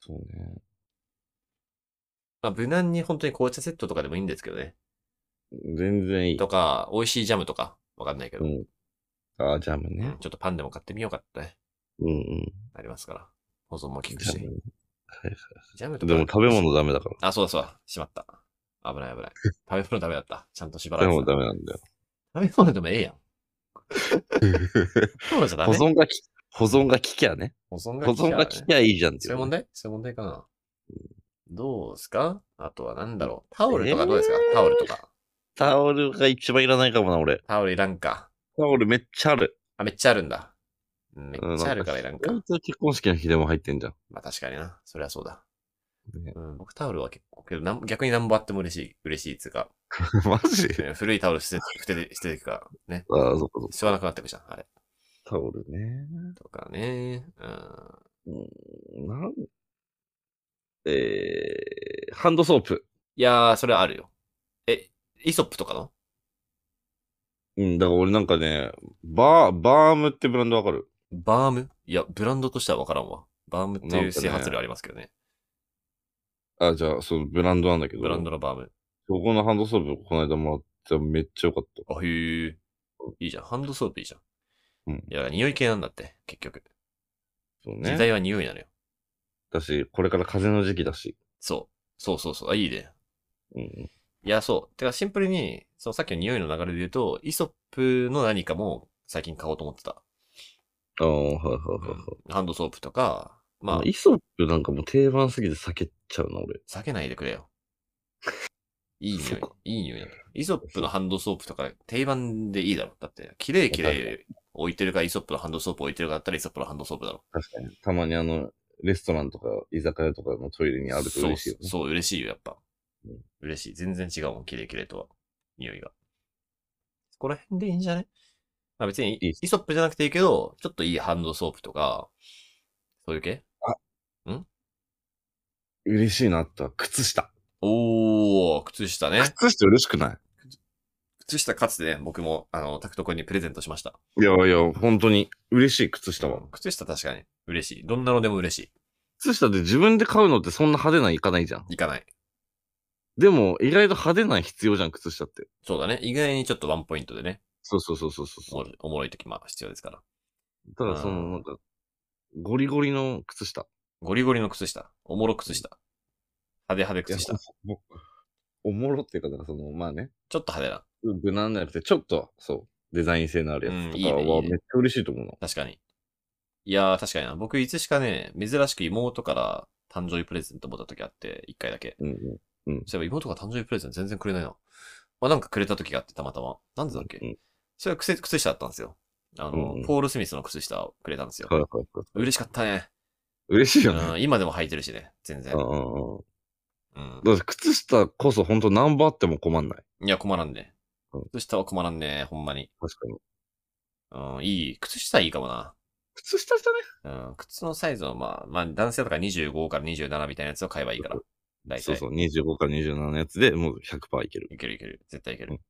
Speaker 1: そうね。
Speaker 2: まあ、無難に本当に紅茶セットとかでもいいんですけどね。
Speaker 1: 全然いい。
Speaker 2: とか、美味しいジャムとか、わかんないけど、
Speaker 1: うんあージャム
Speaker 2: う
Speaker 1: ね
Speaker 2: ん。ちょっとパンでも買ってみようかってね、
Speaker 1: うんうん。
Speaker 2: ありますから。保存も効く
Speaker 1: ジャ
Speaker 2: し
Speaker 1: ム。ねはいはい
Speaker 2: ジャムとか。
Speaker 1: でも食べ物ダメだから。
Speaker 2: あ、そうだそうだ。しまった。危な い危ない。食べ物ダメだった。ちゃんと縛ら
Speaker 1: 食べ
Speaker 2: れ
Speaker 1: 物
Speaker 2: てた
Speaker 1: ダメなんだよ。
Speaker 2: 食べ物でも ええやん。食べ物じゃダ
Speaker 1: 保
Speaker 2: メ。
Speaker 1: 存がき、保存が効きゃね。
Speaker 2: 保存
Speaker 1: 保
Speaker 2: 効きゃ
Speaker 1: 存が効きゃいいじゃんって
Speaker 2: そう
Speaker 1: い
Speaker 2: いう
Speaker 1: う
Speaker 2: 問
Speaker 1: ね。
Speaker 2: 題そういう問題かな。どうですかあとはなんだろう。タオルとかどうですか、
Speaker 1: えー
Speaker 2: タオルとか。
Speaker 1: タオルが一番いらないかもな、俺。
Speaker 2: タオルいらんか。
Speaker 1: タオルめっちゃある。
Speaker 2: あ、めっちゃあるんだ。うんめっ
Speaker 1: うん
Speaker 2: ちゃあるからいらんか。
Speaker 1: なんか結婚式の日でも入ってんじゃ ん。
Speaker 2: まあ確かにな。そりゃそうだ。
Speaker 1: ね
Speaker 2: うん、僕タオルは結構、けどなん逆に何ぼあっても嬉しい、嬉しいっつうか、
Speaker 1: マジあ
Speaker 2: ね古いタオル捨て て、捨てて、捨ててくから、ね。
Speaker 1: あ、そっかそっか。
Speaker 2: 吸わなくなってくじゃん、あれ。
Speaker 1: タオルね。
Speaker 2: とかね。うん。
Speaker 1: うん、なん、えー、ハンドソープ。
Speaker 2: いやー、それはあるよ。え、イソップとかの
Speaker 1: うん、だから俺なんかね、バー、バームってブランドわかる
Speaker 2: バームいや、ブランドとしてはわからんわ。バームって
Speaker 1: なんか
Speaker 2: いう
Speaker 1: ね
Speaker 2: 整髪料ありますけどね。
Speaker 1: あ、じゃあ、そのブランドなんだけど。
Speaker 2: ブランドのバーム。
Speaker 1: そこのハンドソープ、この間もらってめっちゃ良かった。
Speaker 2: あ、へえ。いいじゃん。ハンドソープいいじゃん。
Speaker 1: うん
Speaker 2: いや、匂い系なんだって、結局。
Speaker 1: そう
Speaker 2: 時
Speaker 1: ね。
Speaker 2: 代は匂いなのよ。
Speaker 1: だし、これから風邪の時期だし。
Speaker 2: そう。そうそうそう。あ、いいね。
Speaker 1: うん。
Speaker 2: いや、そう。てか、シンプルに、そのさっきの匂いの流れで言うと、イソップの何かも最近買おうと思ってた。
Speaker 1: ああ、はいはいはいはい。
Speaker 2: ハンドソープとか、ま
Speaker 1: まあ、、
Speaker 2: あ
Speaker 1: イソップなんかもう定番すぎて避けちゃうな、俺。
Speaker 2: 避けないでくれよ。いい
Speaker 1: そ
Speaker 2: 匂
Speaker 1: う
Speaker 2: い
Speaker 1: か。
Speaker 2: いい匂いなんだよ。イソップのハンドソープとか定番でいいだろ。だって、綺麗綺麗置いてるか、イソップのハンドソープ置いてるかだったらイソップのハンドソープだろ。
Speaker 1: 確かに。たまにあの、レストランとか、居酒屋とかのトイレにあると嬉しいよね。
Speaker 2: そう、そう、嬉しいよ、やっぱ
Speaker 1: うん。
Speaker 2: 嬉しい。全然違うもん、綺麗綺麗とは。匂いが。そこら辺でいいんじゃねまあ別に
Speaker 1: いいっす
Speaker 2: イソップじゃなくていいけど、ちょっといいハンドソープとか、そういう系
Speaker 1: 嬉しいなあった。靴下。
Speaker 2: おー、靴下ね。
Speaker 1: 靴下嬉しくな
Speaker 2: 靴下かつてね、僕も、あの、タクト君にプレゼントしました。
Speaker 1: いいやいや、本当に嬉しい、靴下は。
Speaker 2: 靴下確かに嬉しい。どんなのでも嬉し
Speaker 1: 靴下って自分で買うのってそんな派手ないかないじゃん。
Speaker 2: い。いかない。
Speaker 1: でも、意外と派手ない必要じゃん、靴下って。
Speaker 2: そうだね。意外にちょっとワンポイントでね、
Speaker 1: そうそうそうそう
Speaker 2: お
Speaker 1: そ
Speaker 2: も
Speaker 1: う。
Speaker 2: ろいおもろい時も必要ですから。
Speaker 1: ただ、そ
Speaker 2: うん
Speaker 1: の、なんか、ゴリゴリの靴下。
Speaker 2: ゴリゴリの靴下。おもろ靴下。派手派手靴下。
Speaker 1: いや
Speaker 2: ち
Speaker 1: そうもうおもろっていうか、だからその、まあね、
Speaker 2: ょっと派手な。
Speaker 1: 無難じゃなくて、ちょっと、そう、デザイン性のあるやつとか
Speaker 2: うんいいねいい
Speaker 1: はめ
Speaker 2: ね
Speaker 1: っちゃ嬉しいと思うな。
Speaker 2: 確かに。いやー、確かにな。僕、いつしかね、珍しく妹から誕生日プレゼントもらった時あって、一回だけ。
Speaker 1: うんうん。
Speaker 2: そういえば妹が誕生日プレゼント全然くれないな。まあ、なんかくれた時があって、たまたま。なんでだっけ、
Speaker 1: うん
Speaker 2: それは靴靴下だったんですよ。あの、
Speaker 1: うんうん
Speaker 2: ポール・スミスの靴下をくれたんですよ。
Speaker 1: はいはいはい。
Speaker 2: 嬉しかったね。
Speaker 1: 嬉しいよね。
Speaker 2: うん、今でも履いてるしね、全
Speaker 1: うん
Speaker 2: 然。
Speaker 1: うんうん。
Speaker 2: うん
Speaker 1: だから靴下こそ本当何番あっても困んない。
Speaker 2: いや、困らんね
Speaker 1: うん。
Speaker 2: 靴下は困らんね、ほんまに。
Speaker 1: 確かに。
Speaker 2: うん、いい。靴下いいかもな。
Speaker 1: 靴下じゃね
Speaker 2: うん、靴のサイズはまあ、まあ、男性とか25から27みたいなやつを買えばいいから。大体。
Speaker 1: そうそう、25から27のやつでもう100%いける。
Speaker 2: いけるいける。絶対いけ
Speaker 1: う
Speaker 2: る。
Speaker 1: ん
Speaker 2: い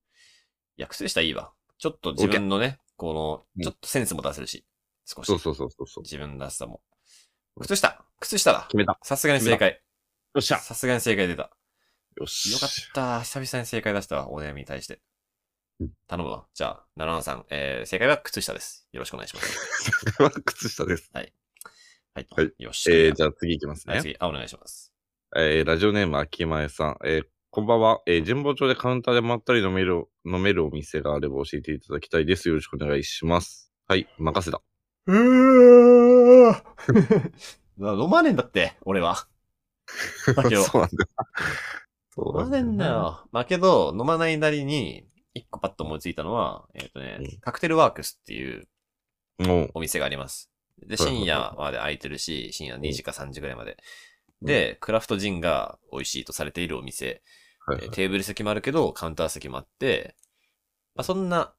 Speaker 2: や、靴下いいわ。ちょっと自分のね、こ
Speaker 1: うん
Speaker 2: の、ちょっとセンスも出せるし。少し。
Speaker 1: そうそうそうそうそう。
Speaker 2: 自分らしさも。靴下靴下だ
Speaker 1: 決めた。よ
Speaker 2: さすがに正解。
Speaker 1: っしゃ
Speaker 2: さすがに正解出た。
Speaker 1: よし。
Speaker 2: よかっ。た。久々に正解出したわ。お悩みに対して
Speaker 1: うん。頼
Speaker 2: 頼むわ。じゃあ、奈々さん、えー、正解は靴下です。よろしくお願いします。
Speaker 1: これは靴下です。
Speaker 2: はい。
Speaker 1: はい
Speaker 2: よし。
Speaker 1: えー、じ
Speaker 2: ゃ
Speaker 1: ゃあ次いきます
Speaker 2: はい、
Speaker 1: ね。
Speaker 2: 次、あ、お願い します。
Speaker 1: えー、ラジオネーム、秋前さん。えー、こんばんは。えー、神保町でカウンターでまったり飲める、飲めるお店があれば教えていただきたいです。よろしくお願いします。はい、任せだ。
Speaker 2: うー飲まねえんだって、俺は。酒を
Speaker 1: そうなんだ。そう
Speaker 2: 飲まねえんだ。よ。まあけど、飲まないなりに、一個パッと思いついたのは、えっ、とね、
Speaker 1: うん
Speaker 2: カクテルワークスっていう
Speaker 1: も
Speaker 2: お店があります。で、
Speaker 1: はいはい
Speaker 2: 深
Speaker 1: はい
Speaker 2: 夜まで空いてるし、深夜2時か3時ぐらいまで。で、クラフトジンが美味しいとされているお店。
Speaker 1: う、はい
Speaker 2: え
Speaker 1: は
Speaker 2: ー
Speaker 1: い
Speaker 2: テーブル席もあるけど、カウンター席もあって、まあ、そんな、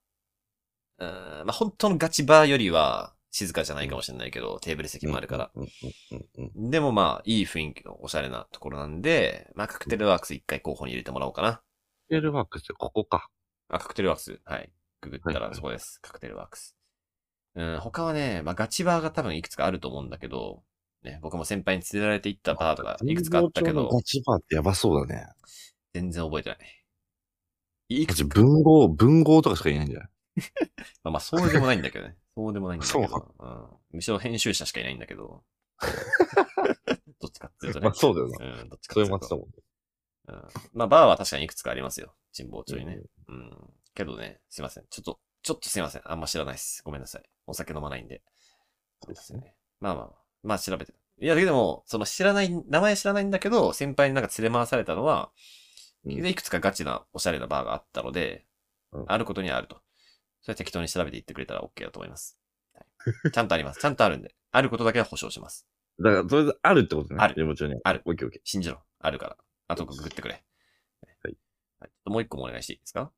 Speaker 2: うん、まあ本当のガチバーよりは静かじゃないかもしれないけど、テーブル席もあるから。
Speaker 1: うんうんうん
Speaker 2: でもまあ、いい雰囲気のおしゃれなところなんで、まあカクテルワークス一回候補に入れてもらおうかな。
Speaker 1: テールワークってここか。
Speaker 2: あ、カクテルワークス。はい。ググった
Speaker 1: はいは
Speaker 2: ら
Speaker 1: い
Speaker 2: そこです。カクテルワークス。うん、他はね、まあガチバーが多分いくつかあると思うんだけど、ね、僕も先輩に連れられて行ったバーとかいくつかあったけ
Speaker 1: 神保町の
Speaker 2: ど
Speaker 1: ガ、チバーってやばそうだね。
Speaker 2: 全然覚えてない。いくつ
Speaker 1: 私文豪、文豪とかしかいないんじゃない
Speaker 2: まあ、まあそうでもないんだけど ね。そうでもないんだけ
Speaker 1: そ
Speaker 2: ど。うん。むしろ編集者しかいないんだ けど。どっちかっていうとね。
Speaker 1: まあそうだよな
Speaker 2: な。うん、どっちか
Speaker 1: そ
Speaker 2: っ
Speaker 1: うい
Speaker 2: て
Speaker 1: う
Speaker 2: いう
Speaker 1: 街だ
Speaker 2: と。
Speaker 1: もんね。
Speaker 2: うん、まあ、バーは確かにいくつかありますよ。神保町にね。うん。けどね、すいません。ちょっと、ちょっとすいません。あんま知らないです。ごめんなさい。お酒飲まないんで。そうですね。まあまあまあ、まあ調べて。いや、でも、その知らない、名前知らないんだけど、先輩になんか連れ回されたのは、
Speaker 1: うん
Speaker 2: で、いくつかガチなおしゃれなバーがあったので、
Speaker 1: うん
Speaker 2: あることにはあると。それは適当に調べていってくれたら OK だと思います。はい、ちゃんとあります。ちゃんとあるんで。あることだけは保証します。
Speaker 1: だから、とりあえずあるってことね。
Speaker 2: ある
Speaker 1: 神保町に。
Speaker 2: ある
Speaker 1: オッケーオッケ
Speaker 2: 信じろ。あるから。あとググってくれ。
Speaker 1: はい。
Speaker 2: はい、もう一個もお願いしていいですか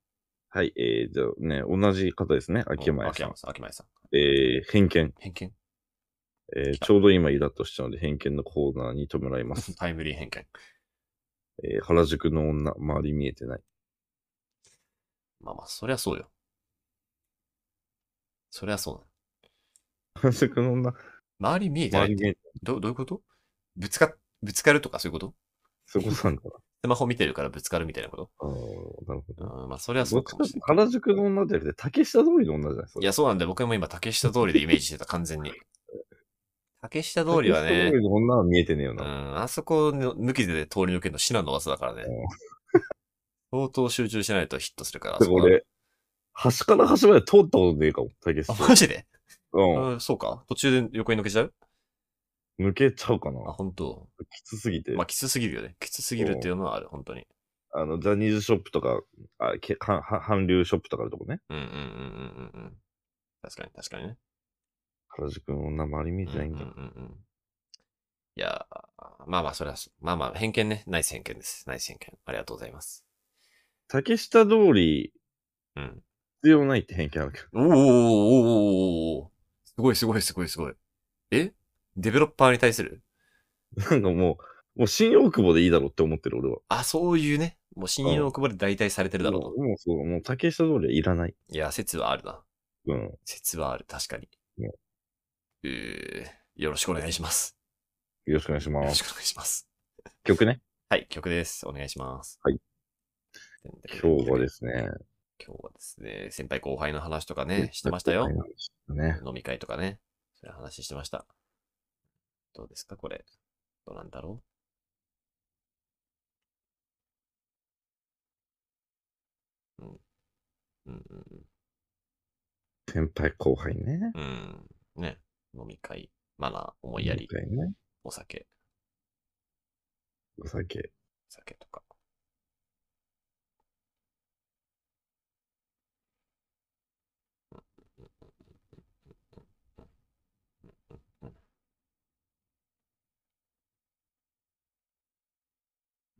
Speaker 1: ー。はい、えー、じゃあね、同じ方ですね。秋山
Speaker 2: お
Speaker 1: 屋
Speaker 2: 秋
Speaker 1: さん
Speaker 2: 山。さん。秋山さん。
Speaker 1: えー、偏見。
Speaker 2: 偏見
Speaker 1: え
Speaker 2: 来
Speaker 1: ー、
Speaker 2: た
Speaker 1: ちょうど今イラッとしたので偏見のコーナーに弔い ます。
Speaker 2: タイムリー偏見。
Speaker 1: えー、原宿の女、周り見えてない。
Speaker 2: まあまあ、そりゃそうよ。そりゃそう
Speaker 1: 原宿の女、
Speaker 2: なの。周り見えてな
Speaker 1: 周り
Speaker 2: いって
Speaker 1: 見えてない。
Speaker 2: どどういうことぶつか、ぶつかるとかそういうこと
Speaker 1: そういうことなんだな。
Speaker 2: スマホ見てるからぶつかるみたいなこと
Speaker 1: あーなるほど。
Speaker 2: うん、まあ、そりゃそ
Speaker 1: どっ
Speaker 2: う
Speaker 1: ち
Speaker 2: か
Speaker 1: か
Speaker 2: も
Speaker 1: って
Speaker 2: し
Speaker 1: いう
Speaker 2: れ
Speaker 1: と
Speaker 2: な
Speaker 1: 原宿の
Speaker 2: い。
Speaker 1: 女じゃなくて、竹下通りの女じゃないですか。
Speaker 2: いや、そうなんで、僕も今、竹下通りでイメージしてた、完全 に。竹下通りは
Speaker 1: 竹下
Speaker 2: ね
Speaker 1: 通、りの女は見えてねえよ
Speaker 2: う
Speaker 1: な。
Speaker 2: ん、あそこの抜きで通り抜けるの至難の技だからね。相当集中しないとヒットするから。あ
Speaker 1: だ
Speaker 2: そ
Speaker 1: から
Speaker 2: こは
Speaker 1: 俺、端から端まで通ったことねえかも、竹下
Speaker 2: あ
Speaker 1: 通り。
Speaker 2: マジで、
Speaker 1: う。
Speaker 2: うん、そうか途中で横に抜けちゃうん
Speaker 1: 抜けちゃうか
Speaker 2: あ、
Speaker 1: な。
Speaker 2: 本当。
Speaker 1: きつすぎて
Speaker 2: まあ、。きつすぎるよね。きつすぎるっていうのはある、本当に。
Speaker 1: あの、ジャニーズショップとか、あけはは韓流ショップとかのとこね。
Speaker 2: うんうんうんうんうんうん。確かに確かにね。
Speaker 1: 原宿の女周り見えてないんだ。
Speaker 2: うんうんうんうんいやー、まあまあ、それはそ、まあまあ、偏見ね。ナイス偏見です。ナイス偏見。ありがとうございます。
Speaker 1: 竹下通り、
Speaker 2: うん。
Speaker 1: 必要ないって偏見あるけど。
Speaker 2: おーおーおーおーおーすごいすごいすごいすごい。えデベロッパーに対する
Speaker 1: なんかもう、もう新大久保でいいだろうって思ってる、俺は。
Speaker 2: あ、そういうね。もう信用久保で代替されてるだろう
Speaker 1: も
Speaker 2: と。
Speaker 1: うもうそう、もう竹下通りはいらない。
Speaker 2: いや、説はあるな。
Speaker 1: うん。
Speaker 2: 説はある。確かに
Speaker 1: ね。
Speaker 2: えー、よろしくお願いします。
Speaker 1: よろしくお願いし
Speaker 2: よ
Speaker 1: ま
Speaker 2: ろ
Speaker 1: す
Speaker 2: し。くお願いします。
Speaker 1: 曲ね。
Speaker 2: はい、曲です。お願いします。
Speaker 1: はい。今日はですね。
Speaker 2: 今日はですね、先輩後輩の話とかね、してましたよ。
Speaker 1: ね。
Speaker 2: 飲み会とかね、そういう話してました。どうですか、これ。どうなんだろううん。うん
Speaker 1: 先輩後輩ね。
Speaker 2: うんうん。うん。ね。飲み会、マナー、思いやり
Speaker 1: 先、輩ね。
Speaker 2: お酒、
Speaker 1: お酒。
Speaker 2: 酒とか。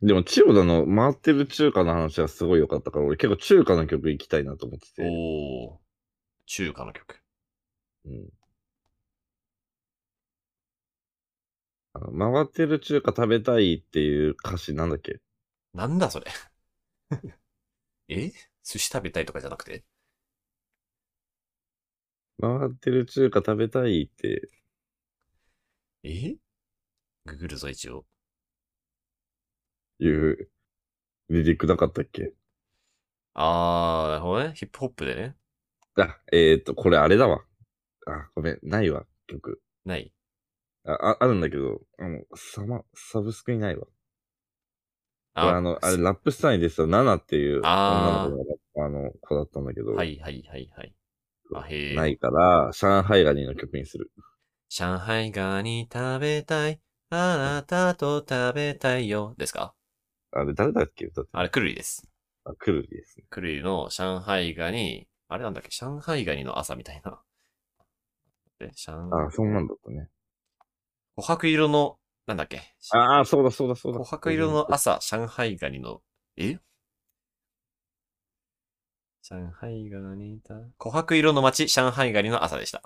Speaker 1: でも、千代田の回ってる中華の話はすごい良かったから、俺結構中華の曲行きたいなと思ってて。
Speaker 2: おー。中華の曲。
Speaker 1: うんあの回ってる中華食べたいっていう歌詞なんだっけ
Speaker 2: なんだそれ。 え寿司食べたいとかじゃなくて
Speaker 1: 回ってる中華食べたいって、
Speaker 2: えググるぞ、一応。
Speaker 1: いうリリックなかったっけ
Speaker 2: あー、なるほどね。ヒップホップでね。
Speaker 1: あ、えっ、ー、と、これあれだわ。あ、ごめん、ないわ、曲。
Speaker 2: ない。
Speaker 1: あ、ああるんだけど、あの、サマ、サブスクにないわ。ああの、あれ、
Speaker 2: す
Speaker 1: ラップスタインですよ、ナナっていう
Speaker 2: あー
Speaker 1: 女の子が、あの、子だったんだけど、
Speaker 2: はいはいはいはい。あ、へえ。
Speaker 1: ないから、上海ガニの曲にする。
Speaker 2: 上海ガニ食べたい。あなたと食べたいよ。ですか
Speaker 1: あれ、誰だっけ歌って。
Speaker 2: あれ、クルリです。
Speaker 1: あ、クルリですね。
Speaker 2: クルリの上海ガニ、あれなんだっけ上海ガニの朝みたいな。で、上
Speaker 1: あ、そんなんだったね。
Speaker 2: 琥珀色の、なんだっけ
Speaker 1: ああ、そうだそうだそうだ。
Speaker 2: 琥珀色の朝、上海ガニの、え上海がにいた。琥珀色の街、上海狩りの朝でした。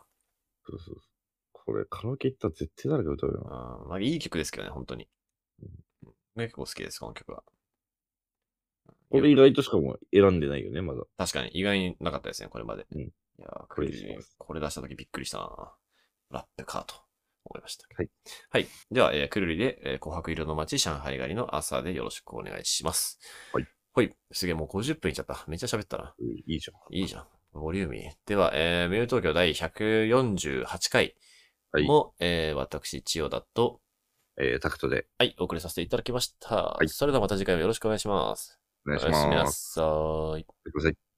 Speaker 1: そうそうそう。これ、カラオケ行ったら絶対誰か歌うよな。
Speaker 2: あーまあ、いい曲ですけどね、本当に。僕結構好きです、この曲は。
Speaker 1: これ意外としかも選んでないよね、まだ。
Speaker 2: 確かに、意外になかったですね、これまで。
Speaker 1: うん
Speaker 2: いやー
Speaker 1: これにします
Speaker 2: これ出した時びっくりしたなラップかと思いました。
Speaker 1: はい。
Speaker 2: はい。では、えーくるりで、えー琥珀色の街、上海狩りの朝でよろしくお願いします。
Speaker 1: はい。
Speaker 2: ほい。すげえ、もう50分いっちゃった。めっちゃ喋ったな。
Speaker 1: いいじゃん。
Speaker 2: いいじゃん。ボリューミー。では、えー、メール東京第148回
Speaker 1: はい
Speaker 2: も、えー私、千代田と、
Speaker 1: えー、タクトで
Speaker 2: はい、お送りさせていただきました。
Speaker 1: はい
Speaker 2: それではまた次回もよろしくお願いします。
Speaker 1: お願いし
Speaker 2: おやすみ
Speaker 1: ま
Speaker 2: な
Speaker 1: す。
Speaker 2: さーい。
Speaker 1: おやすみなさい。